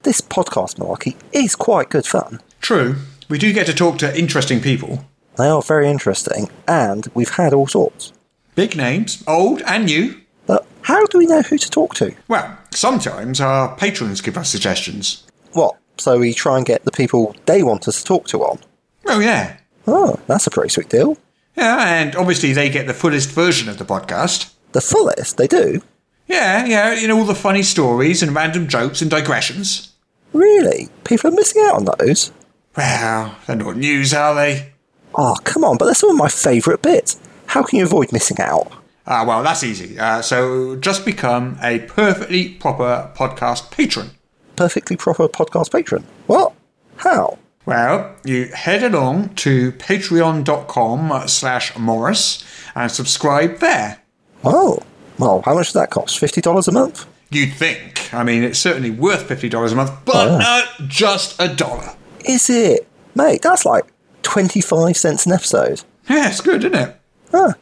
[SPEAKER 7] This podcast malarkey is quite good fun.
[SPEAKER 8] True, we do get to talk to interesting people.
[SPEAKER 7] They are very interesting, and we've had all sorts.
[SPEAKER 8] Big names, old and new.
[SPEAKER 7] But how do we know who to talk to?
[SPEAKER 8] Well, sometimes our patrons give us suggestions.
[SPEAKER 7] What? So we try and get the people they want us to talk to on.
[SPEAKER 8] Oh, yeah.
[SPEAKER 7] Oh, that's a pretty sweet deal.
[SPEAKER 8] Yeah, and obviously they get the fullest version of the podcast.
[SPEAKER 7] The fullest, they do.
[SPEAKER 8] Yeah, yeah, you know, all the funny stories and random jokes and digressions.
[SPEAKER 7] Really? People are missing out on those.
[SPEAKER 8] Well, they're not news, are they?
[SPEAKER 7] Oh, come on, but they're some of my favourite bits. How can you avoid missing out?
[SPEAKER 8] Ah, well, that's easy. Uh, so just become a perfectly proper podcast patron.
[SPEAKER 7] Perfectly proper podcast patron. What? How?
[SPEAKER 8] Well, you head along to patreon.com slash Morris and subscribe there.
[SPEAKER 7] Oh, well, how much does that cost? $50 a month?
[SPEAKER 8] You'd think. I mean, it's certainly worth $50 a month, but not just a dollar.
[SPEAKER 7] Is it? Mate, that's like 25 cents an episode.
[SPEAKER 8] Yeah, it's good, isn't it?
[SPEAKER 7] Huh.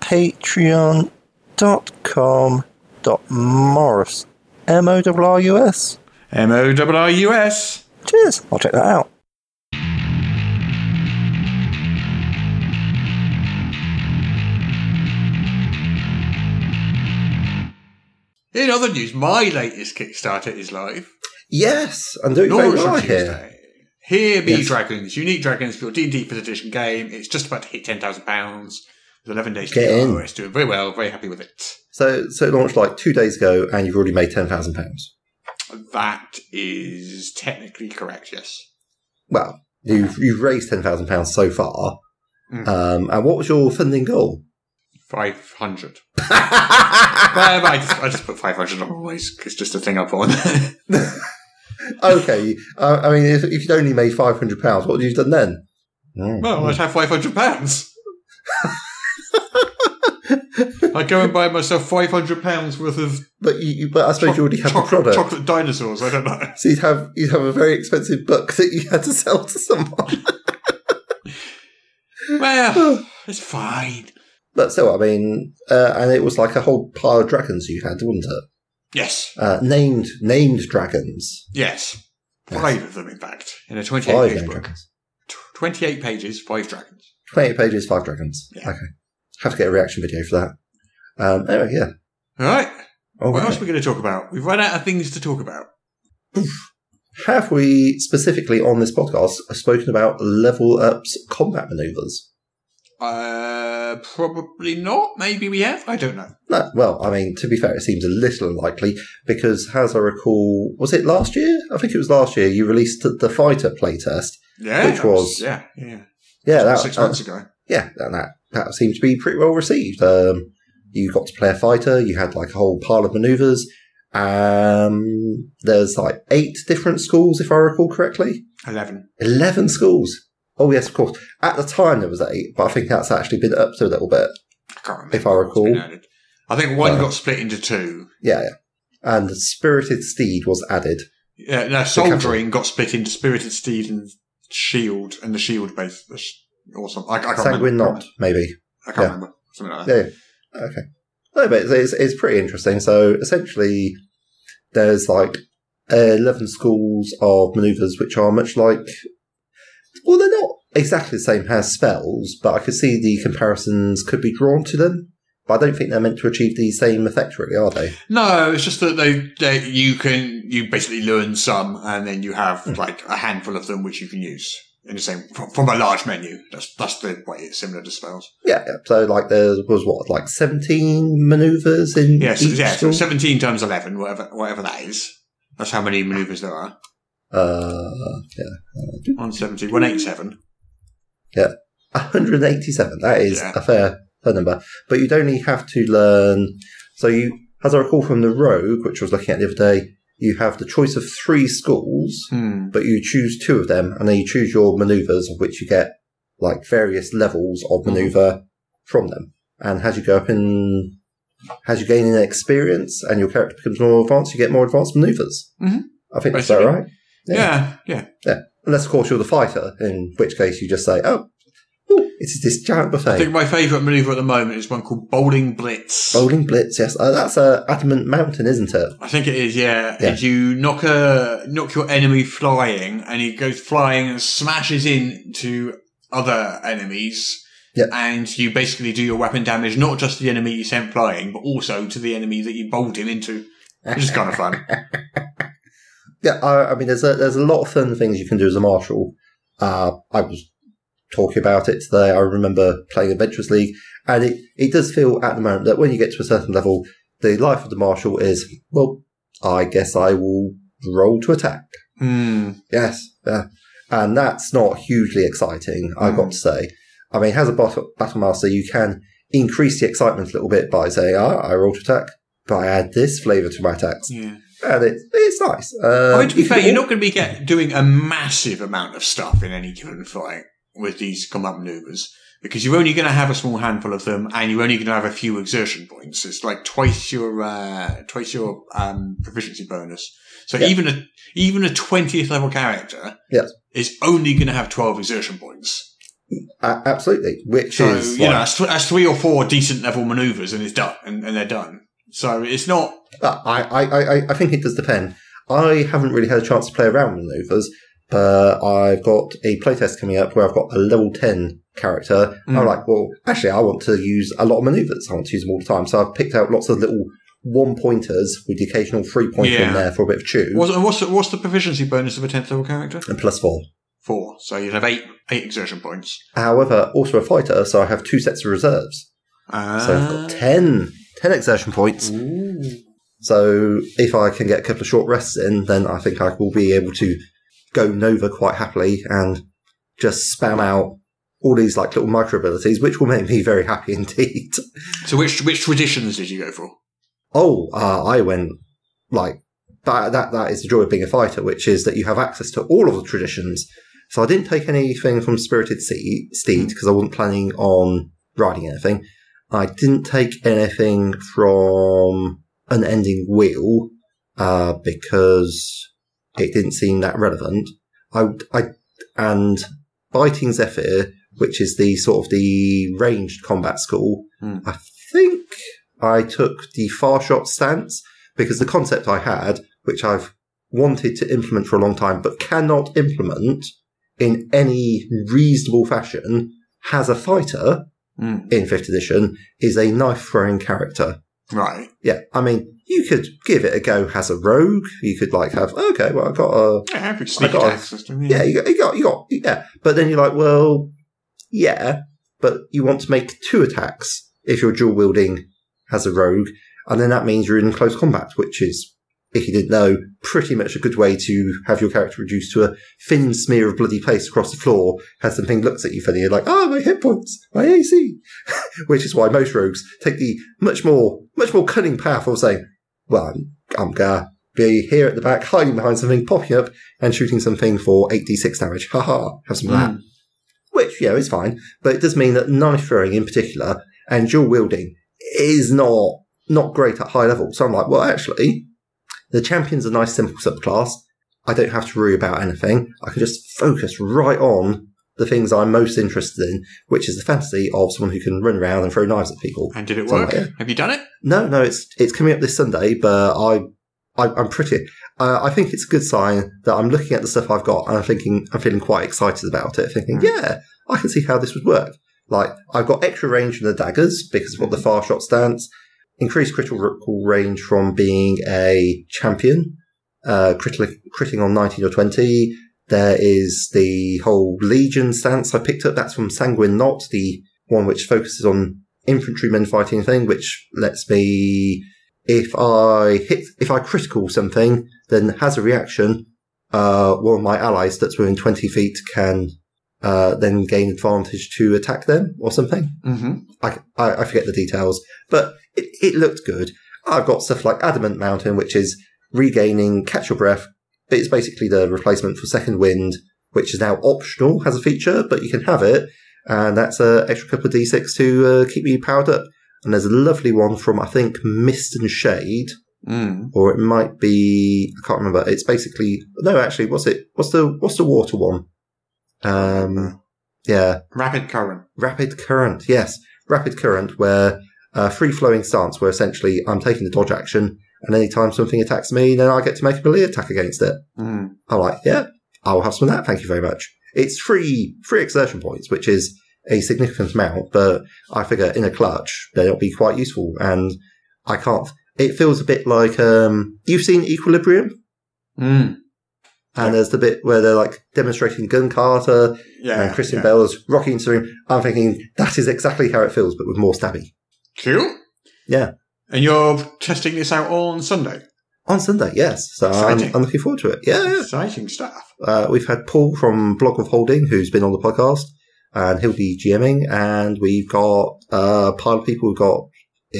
[SPEAKER 7] Patreon.com dot Morris. M O R R U S.
[SPEAKER 8] M-O-R-R-U-S.
[SPEAKER 7] Cheers. I'll check that out.
[SPEAKER 4] In other news, my latest Kickstarter is live.
[SPEAKER 5] Yes, I'm doing very
[SPEAKER 4] Launch
[SPEAKER 5] well
[SPEAKER 4] on
[SPEAKER 5] here.
[SPEAKER 4] Tuesday. Here be
[SPEAKER 5] Yes.
[SPEAKER 4] dragons, unique dragons for your D and D fifth edition game. It's just about to hit ten thousand pounds. With eleven days to
[SPEAKER 5] Get
[SPEAKER 4] go,
[SPEAKER 5] in.
[SPEAKER 4] it's doing very well. Very happy with it.
[SPEAKER 5] So, so it launched like two days ago, and you've already made ten thousand pounds.
[SPEAKER 4] That is technically correct, yes.
[SPEAKER 5] Well, you've, you've raised £10,000 so far. Um, and what was your funding goal?
[SPEAKER 4] 500. Well, I, just, I just put 500 on always. It's just a thing I put on there.
[SPEAKER 5] okay. Uh, I mean, if, if you'd only made £500, what would you have done then?
[SPEAKER 4] Well, I'd have five hundred pounds. I go and buy myself five hundred pounds worth of
[SPEAKER 5] But you, you but I suppose you already have
[SPEAKER 4] choc-
[SPEAKER 5] the product.
[SPEAKER 4] chocolate dinosaurs. I don't know.
[SPEAKER 5] So you'd have you'd have a very expensive book that you had to sell to someone.
[SPEAKER 4] Well, it's fine.
[SPEAKER 5] but so I mean, uh, and it was like a whole pile of dragons you had, wasn't it?
[SPEAKER 4] Yes,
[SPEAKER 5] Uh, named named dragons.
[SPEAKER 4] yes, five of them, in fact, in a
[SPEAKER 5] Five
[SPEAKER 4] twenty-eight page
[SPEAKER 5] named
[SPEAKER 4] book.
[SPEAKER 5] dragons.
[SPEAKER 4] Tw- Twenty-eight pages, five dragons.
[SPEAKER 5] Twenty-eight pages, five dragons.
[SPEAKER 4] Yeah.
[SPEAKER 5] Okay, have to get a reaction video for that. Um, anyway, yeah.
[SPEAKER 4] All right.
[SPEAKER 5] All
[SPEAKER 4] What
[SPEAKER 5] right.
[SPEAKER 4] else are we going to talk about? We've run out of things to talk about.
[SPEAKER 5] Have we specifically on this podcast spoken about level ups combat maneuvers?
[SPEAKER 4] Uh, probably not. Maybe we have. I don't know.
[SPEAKER 5] No, well, I mean, to be fair, it seems a little unlikely because, as I recall, was it last year? I think it was last year. You released the fighter playtest.
[SPEAKER 4] Yeah,
[SPEAKER 5] Which
[SPEAKER 4] that
[SPEAKER 5] was-
[SPEAKER 4] yeah, yeah,
[SPEAKER 5] Yeah, that,
[SPEAKER 4] six
[SPEAKER 5] uh,
[SPEAKER 4] months ago.
[SPEAKER 5] yeah, that, that that seemed to be pretty well received. Um, you got to play a fighter. You had like a whole pile of maneuvers. Um, there's like eight different schools, if I recall correctly.
[SPEAKER 4] Eleven.
[SPEAKER 5] 11 schools. Oh, yes, of course. At the time, there was eight, but I think that's actually been up to a little bit.
[SPEAKER 4] I can't remember.
[SPEAKER 5] If I
[SPEAKER 4] what's been
[SPEAKER 5] recall.
[SPEAKER 4] added. I think one
[SPEAKER 5] Uh,
[SPEAKER 4] got split into two.
[SPEAKER 5] Yeah, yeah. And Spirited Steed was added.
[SPEAKER 4] Yeah, no, soldiering got split into spirited steed and shield, E and the shield base the sh- or something. I, I can't
[SPEAKER 5] Sanguine
[SPEAKER 4] remember.
[SPEAKER 5] Knot, maybe.
[SPEAKER 4] I can't
[SPEAKER 5] yeah.
[SPEAKER 4] remember something like that.
[SPEAKER 5] Yeah. yeah. Okay. No, but it's, it's, it's pretty interesting. So essentially, there's like 11 schools of maneuvers which are much like. Well, they're not exactly the same as spells, but I could see the comparisons could be drawn to them. But I don't think they're meant to achieve the same effect, really, are they?
[SPEAKER 4] No, it's just that they, they you can you basically learn some, and then you have
[SPEAKER 5] Mm.
[SPEAKER 4] like a handful of them which you can use in the same from, from a large menu. That's that's the way it's similar to spells.
[SPEAKER 5] Yeah. yeah. So, like, there was what, like 17 maneuvers in
[SPEAKER 4] Yes,
[SPEAKER 5] each
[SPEAKER 4] yeah. So
[SPEAKER 5] school?
[SPEAKER 4] seventeen times eleven, whatever whatever that is. That's how many maneuvers there are.
[SPEAKER 5] Uh, yeah.
[SPEAKER 4] One seventy, one eight seven.
[SPEAKER 5] 187. That is
[SPEAKER 4] Yeah.
[SPEAKER 5] a fair, fair number. But you'd only have to learn. So you, as I recall from the Rogue, which I was looking at the other day, you have the choice of three schools,
[SPEAKER 4] Hmm.
[SPEAKER 5] but you choose two of them, and then you choose your manoeuvres, of which you get like various levels of
[SPEAKER 4] Hmm.
[SPEAKER 5] maneuver from them. And as you go up in, as you gain in experience and your character becomes more advanced, you get more advanced maneuvers.
[SPEAKER 4] Mhm.
[SPEAKER 5] I think that's
[SPEAKER 4] Basically.
[SPEAKER 5] all right.
[SPEAKER 4] Yeah, yeah.
[SPEAKER 5] Unless, of course, you're the fighter, in which case you just say, oh, ooh, it is this giant buffet.
[SPEAKER 4] I think my favourite maneuver at the moment is one called Bowling Blitz.
[SPEAKER 5] Bowling Blitz, yes. Uh, that's a adamant mountain, isn't it?
[SPEAKER 4] I think it is, yeah.
[SPEAKER 5] Yeah.
[SPEAKER 4] And you knock a knock your enemy flying, and he goes flying and smashes into other enemies.
[SPEAKER 5] Yeah.
[SPEAKER 4] And you basically do your weapon damage not just to the enemy you sent flying, but also to the enemy that you bowled him into, which is kind of fun.
[SPEAKER 5] Yeah, I, I mean, there's a, there's a lot of fun things you can do as a marshal. Uh, I was talking about it today. I remember playing Adventurers League, and it, it does feel at the moment that when you get to a certain level, the life of the marshal is, well, I guess I will roll to attack.
[SPEAKER 4] Hmm.
[SPEAKER 5] Yes, yeah. And that's not hugely exciting, I've
[SPEAKER 4] Hmm.
[SPEAKER 5] got to say. I mean, as a battle, battle master, you can increase the excitement a little bit by saying, ah, I rolled to attack, but I add this flavour to my attacks.
[SPEAKER 4] Yeah.
[SPEAKER 5] And it, it's nice. Um,
[SPEAKER 4] I mean, to be
[SPEAKER 5] you can
[SPEAKER 4] fair, you're
[SPEAKER 5] al-
[SPEAKER 4] not going to be get, doing a massive amount of stuff in any given fight with these combat maneuvers because you're only going to have a small handful of them, and you're only going to have a few exertion points. It's like twice your uh, twice your um, proficiency bonus. So
[SPEAKER 5] Yeah.
[SPEAKER 4] even a even a twentieth level character
[SPEAKER 5] Yeah.
[SPEAKER 4] is only going to have twelve exertion points.
[SPEAKER 5] A- absolutely, which
[SPEAKER 4] So
[SPEAKER 5] is.
[SPEAKER 4] you know
[SPEAKER 5] like-
[SPEAKER 4] that's, th- that's three or four decent level maneuvers, and it's done, and, and they're done. So it's not
[SPEAKER 5] Uh, I, I, I, I- I think it does depend. I haven't really had a chance to play around with maneuvers, but I've got a playtest coming up where I've got a level 10 character.
[SPEAKER 4] Mm.
[SPEAKER 5] I'm like, well, actually, I want to use a lot of maneuvers. I want to use them all the time. So I've picked out lots of little one pointers with the occasional three pointer
[SPEAKER 4] Yeah.
[SPEAKER 5] in there for a bit of chew.
[SPEAKER 4] what's what's the, what's the proficiency bonus of a tenth level character?
[SPEAKER 5] and plus four.
[SPEAKER 4] Four. So you'd have eight eight exertion points.
[SPEAKER 5] However, also a fighter, so I have
[SPEAKER 4] Uh,
[SPEAKER 5] two sets of reserves. So I've got 10, 10 exertion points. So if I can get a couple of short rests in, then I think I will be able to go Nova quite happily and just spam out all these like little micro abilities, which will make me very happy indeed.
[SPEAKER 4] So which which traditions did you go for?
[SPEAKER 5] Oh, uh, I went like that, that. That is the joy of being a fighter, which is that you have access to all of the traditions. So I didn't take anything from Spirited Sea, Steed because I wasn't planning on riding anything. I didn't take anything from an ending wheel uh, because it didn't seem that relevant. I, I and biting Zephyr, which is the sort of the ranged combat school.
[SPEAKER 4] Hmm.
[SPEAKER 5] I think I took the far shot stance because the concept I had, which I've wanted to implement for a long time but cannot implement in any reasonable fashion, has a fighter
[SPEAKER 4] Mm.
[SPEAKER 5] in fifth edition is a knife throwing character.
[SPEAKER 4] Right.
[SPEAKER 5] Yeah, I mean, you could give it a go as a rogue. You could like have okay, well, I got a
[SPEAKER 4] Yeah, happy sneak
[SPEAKER 5] I got
[SPEAKER 4] attack
[SPEAKER 5] it.
[SPEAKER 4] system.
[SPEAKER 5] yeah, you got, you got, you got, yeah. But then you're like, well, yeah, but you want to make two attacks if you're dual wielding as a rogue, and then that means you're in close combat, which is, if you didn't know, pretty much a good way to have your character reduced to a thin smear of bloody paste across the floor as something looks at you funny. You're like, ah, my hit points, my AC, which is why most rogues take the much more, much more cunning path of saying, well, I'm, I'm gonna be here at the back, hiding behind something, popping up, and shooting something for 8d6 damage. Haha, have some of that. Which, yeah, is fine, but it does mean that knife throwing in particular and dual wielding is not not great at high level. So I'm like, well, actually, the champion's a nice simple subclass. I don't have to worry about anything. I can just focus right on the things I'm most interested in, which is the fantasy of someone who can run around and throw knives at people.
[SPEAKER 4] And did it
[SPEAKER 5] So I'm
[SPEAKER 4] work?
[SPEAKER 5] like, yeah.
[SPEAKER 4] Have you done it?
[SPEAKER 5] No, no, it's it's coming up this Sunday, but I, I I'm pretty. Uh, I think it's a good sign that I'm looking at the stuff I've got and I'm thinking I'm feeling quite excited about it. Thinking, yeah, I can see how this would work. Like I've got extra range from the daggers because of what the far shot stance, increased critical range from being a champion, uh, critical critting on 19 or 20. There is the whole legion stance I picked up. That's from Sanguine Knot, the one which focuses on infantrymen fighting thing, which lets me, if I hit, if I critical something, then has a reaction. Uh, one of my allies that's within 20 feet can, uh, then gain advantage to attack them or something.
[SPEAKER 4] Mm-hmm.
[SPEAKER 5] I, I, I forget the details, but it, it looked good. I've got stuff like Adamant Mountain, which is regaining Catch Your Breath. It's basically the replacement for Second Wind, which is now optional, has a feature, but you can have it. And that's an extra couple of d6 to uh, keep you powered up. And there's a lovely one from, I think, Mist and Shade,
[SPEAKER 4] Mm.
[SPEAKER 5] or it might be, I can't remember. It's basically, no, actually, what's it? What's the, what's the water one? Um, yeah.
[SPEAKER 4] Rapid current.
[SPEAKER 5] Rapid current, yes. Rapid current, where uh, free flowing stance, where essentially I'm taking the dodge action, and anytime something attacks me, then I get to make a melee attack against it.
[SPEAKER 4] Mm.
[SPEAKER 5] I'm like, yeah, I'll have some of that. Thank you very much. It's free, free exertion points, which is a significant amount, but I figure in a clutch, then it'll be quite useful. And I can't, it feels a bit like, um, you've seen Equilibrium?
[SPEAKER 4] Mm.
[SPEAKER 5] And there's the bit where they're like demonstrating Gun Carter
[SPEAKER 4] Yeah.
[SPEAKER 5] and Kristen
[SPEAKER 4] yeah.
[SPEAKER 5] Bell's rocking into the room. I'm thinking that is exactly how it feels, but with more stabby.
[SPEAKER 4] Cool.
[SPEAKER 5] Yeah.
[SPEAKER 4] And you're testing this out on Sunday.
[SPEAKER 5] On Sunday, yes. So I'm,
[SPEAKER 4] Exciting.
[SPEAKER 5] I'm looking forward to it. Yeah, yeah.
[SPEAKER 4] Exciting stuff.
[SPEAKER 5] Uh, we've had Paul from Blog of Holding, who's been on the podcast, and he'll be GMing. And we've got uh, a pile of people. We've got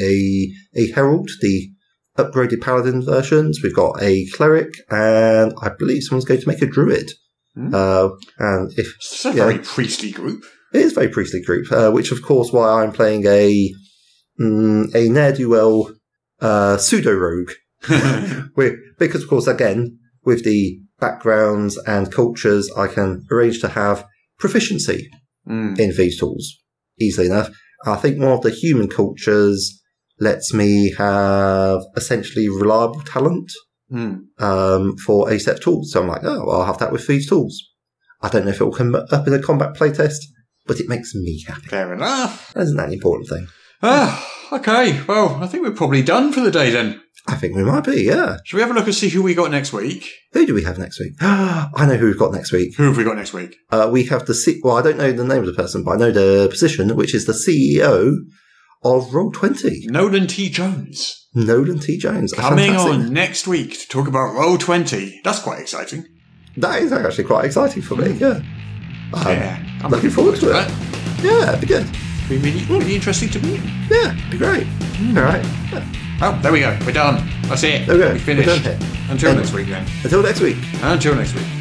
[SPEAKER 5] a a Herald, the upgraded Paladin versions. We've got a Cleric, and I believe someone's going to make a Druid.
[SPEAKER 4] Hmm.
[SPEAKER 5] Uh, and if
[SPEAKER 4] It's a
[SPEAKER 5] Yeah.
[SPEAKER 4] very priestly group.
[SPEAKER 5] It is very priestly group, uh, which of course why I'm playing a mm, a ne'er do well uh, pseudo rogue, We- because of course again with the backgrounds and cultures, I can arrange to have proficiency
[SPEAKER 4] Mm.
[SPEAKER 5] in these tools easily enough. I think one of the human cultures lets me have essentially reliable talent
[SPEAKER 4] Mm.
[SPEAKER 5] um, for a set of tools. So I'm like, oh, well, I'll have that with these tools. I don't know if it will come up in a combat playtest, but it makes me happy.
[SPEAKER 4] Fair enough.
[SPEAKER 5] Isn't that an important thing?
[SPEAKER 4] Ah, okay. Well, I think we're probably done for the day then.
[SPEAKER 5] I think we might be, yeah.
[SPEAKER 4] Shall we have a look and see who we got next week?
[SPEAKER 5] Who do we have next week? I know who we've got next week.
[SPEAKER 4] Who have we got next week?
[SPEAKER 5] Uh, we have the C- well, I don't know the name of the person, but I know the position, which is the CEO of Roll20.
[SPEAKER 4] Nolan T. Jones
[SPEAKER 5] Nolan T. Jones. a
[SPEAKER 4] coming
[SPEAKER 5] fantastic-
[SPEAKER 4] on next week to talk about Roll Twenty. That's quite exciting.
[SPEAKER 5] That is actually quite exciting for me, yeah. Um,
[SPEAKER 4] yeah,
[SPEAKER 5] looking forward to it. Yeah, it'd be good.
[SPEAKER 4] that. Be really, really interesting to me.
[SPEAKER 5] Yeah, it'd be great. All right. Yeah.
[SPEAKER 4] Oh, there we go. We're done. That's it.
[SPEAKER 5] There we go.
[SPEAKER 4] We
[SPEAKER 5] We're
[SPEAKER 4] finished.
[SPEAKER 5] done here.
[SPEAKER 4] Until
[SPEAKER 5] End.
[SPEAKER 4] next week then.
[SPEAKER 5] Until next week.
[SPEAKER 4] Until next week.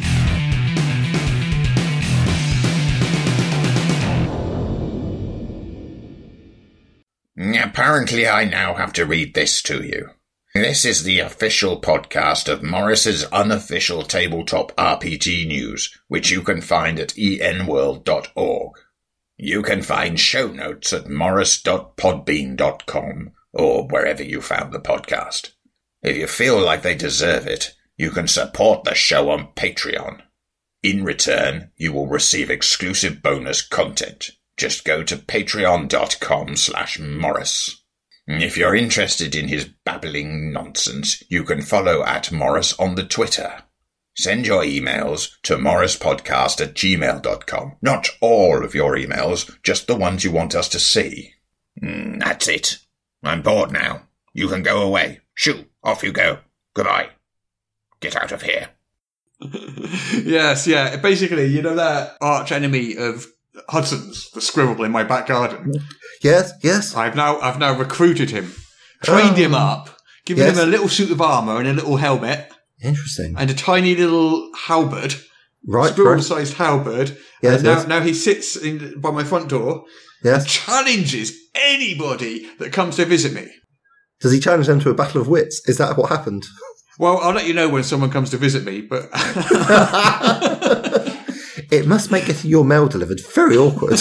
[SPEAKER 2] Apparently, I now have to read this to you. This is the official podcast of Morris's unofficial tabletop RPG news, which you can find at enworld.org. You can find show notes at morris.podbean.com or wherever you found the podcast. If you feel like they deserve it, you can support the show on Patreon. In return, you will receive exclusive bonus content. Just go to patreon.com slash morris. If you're interested in his babbling nonsense, you can follow at Morris on the Twitter. Send your emails to morrispodcast at gmail.com. Not all of your emails, just the ones you want us to see. Mm, that's it. I'm bored now. You can go away. Shoo, off you go. Goodbye. Get out of here.
[SPEAKER 4] yes, yeah. Basically, you know that arch enemy of Hudson's, the squirrel in my back garden.
[SPEAKER 5] Yes, yes.
[SPEAKER 4] I've now I've now recruited him, trained him up, given
[SPEAKER 5] Oh. Yes.
[SPEAKER 4] him a little suit of armour and a little helmet
[SPEAKER 5] Interesting.
[SPEAKER 4] and a tiny little halberd,
[SPEAKER 5] Right, bro.
[SPEAKER 4] squirrel-sized halberd.
[SPEAKER 5] Yes,
[SPEAKER 4] and now,
[SPEAKER 5] yes.
[SPEAKER 4] now he sits in, by my front door,
[SPEAKER 5] Yes.
[SPEAKER 4] challenges anybody that comes to visit me.
[SPEAKER 5] Does he challenge them to a battle of wits? Is that what happened?
[SPEAKER 4] Well, I'll let you know when someone comes to visit me, but
[SPEAKER 5] It must make getting your mail delivered very awkward.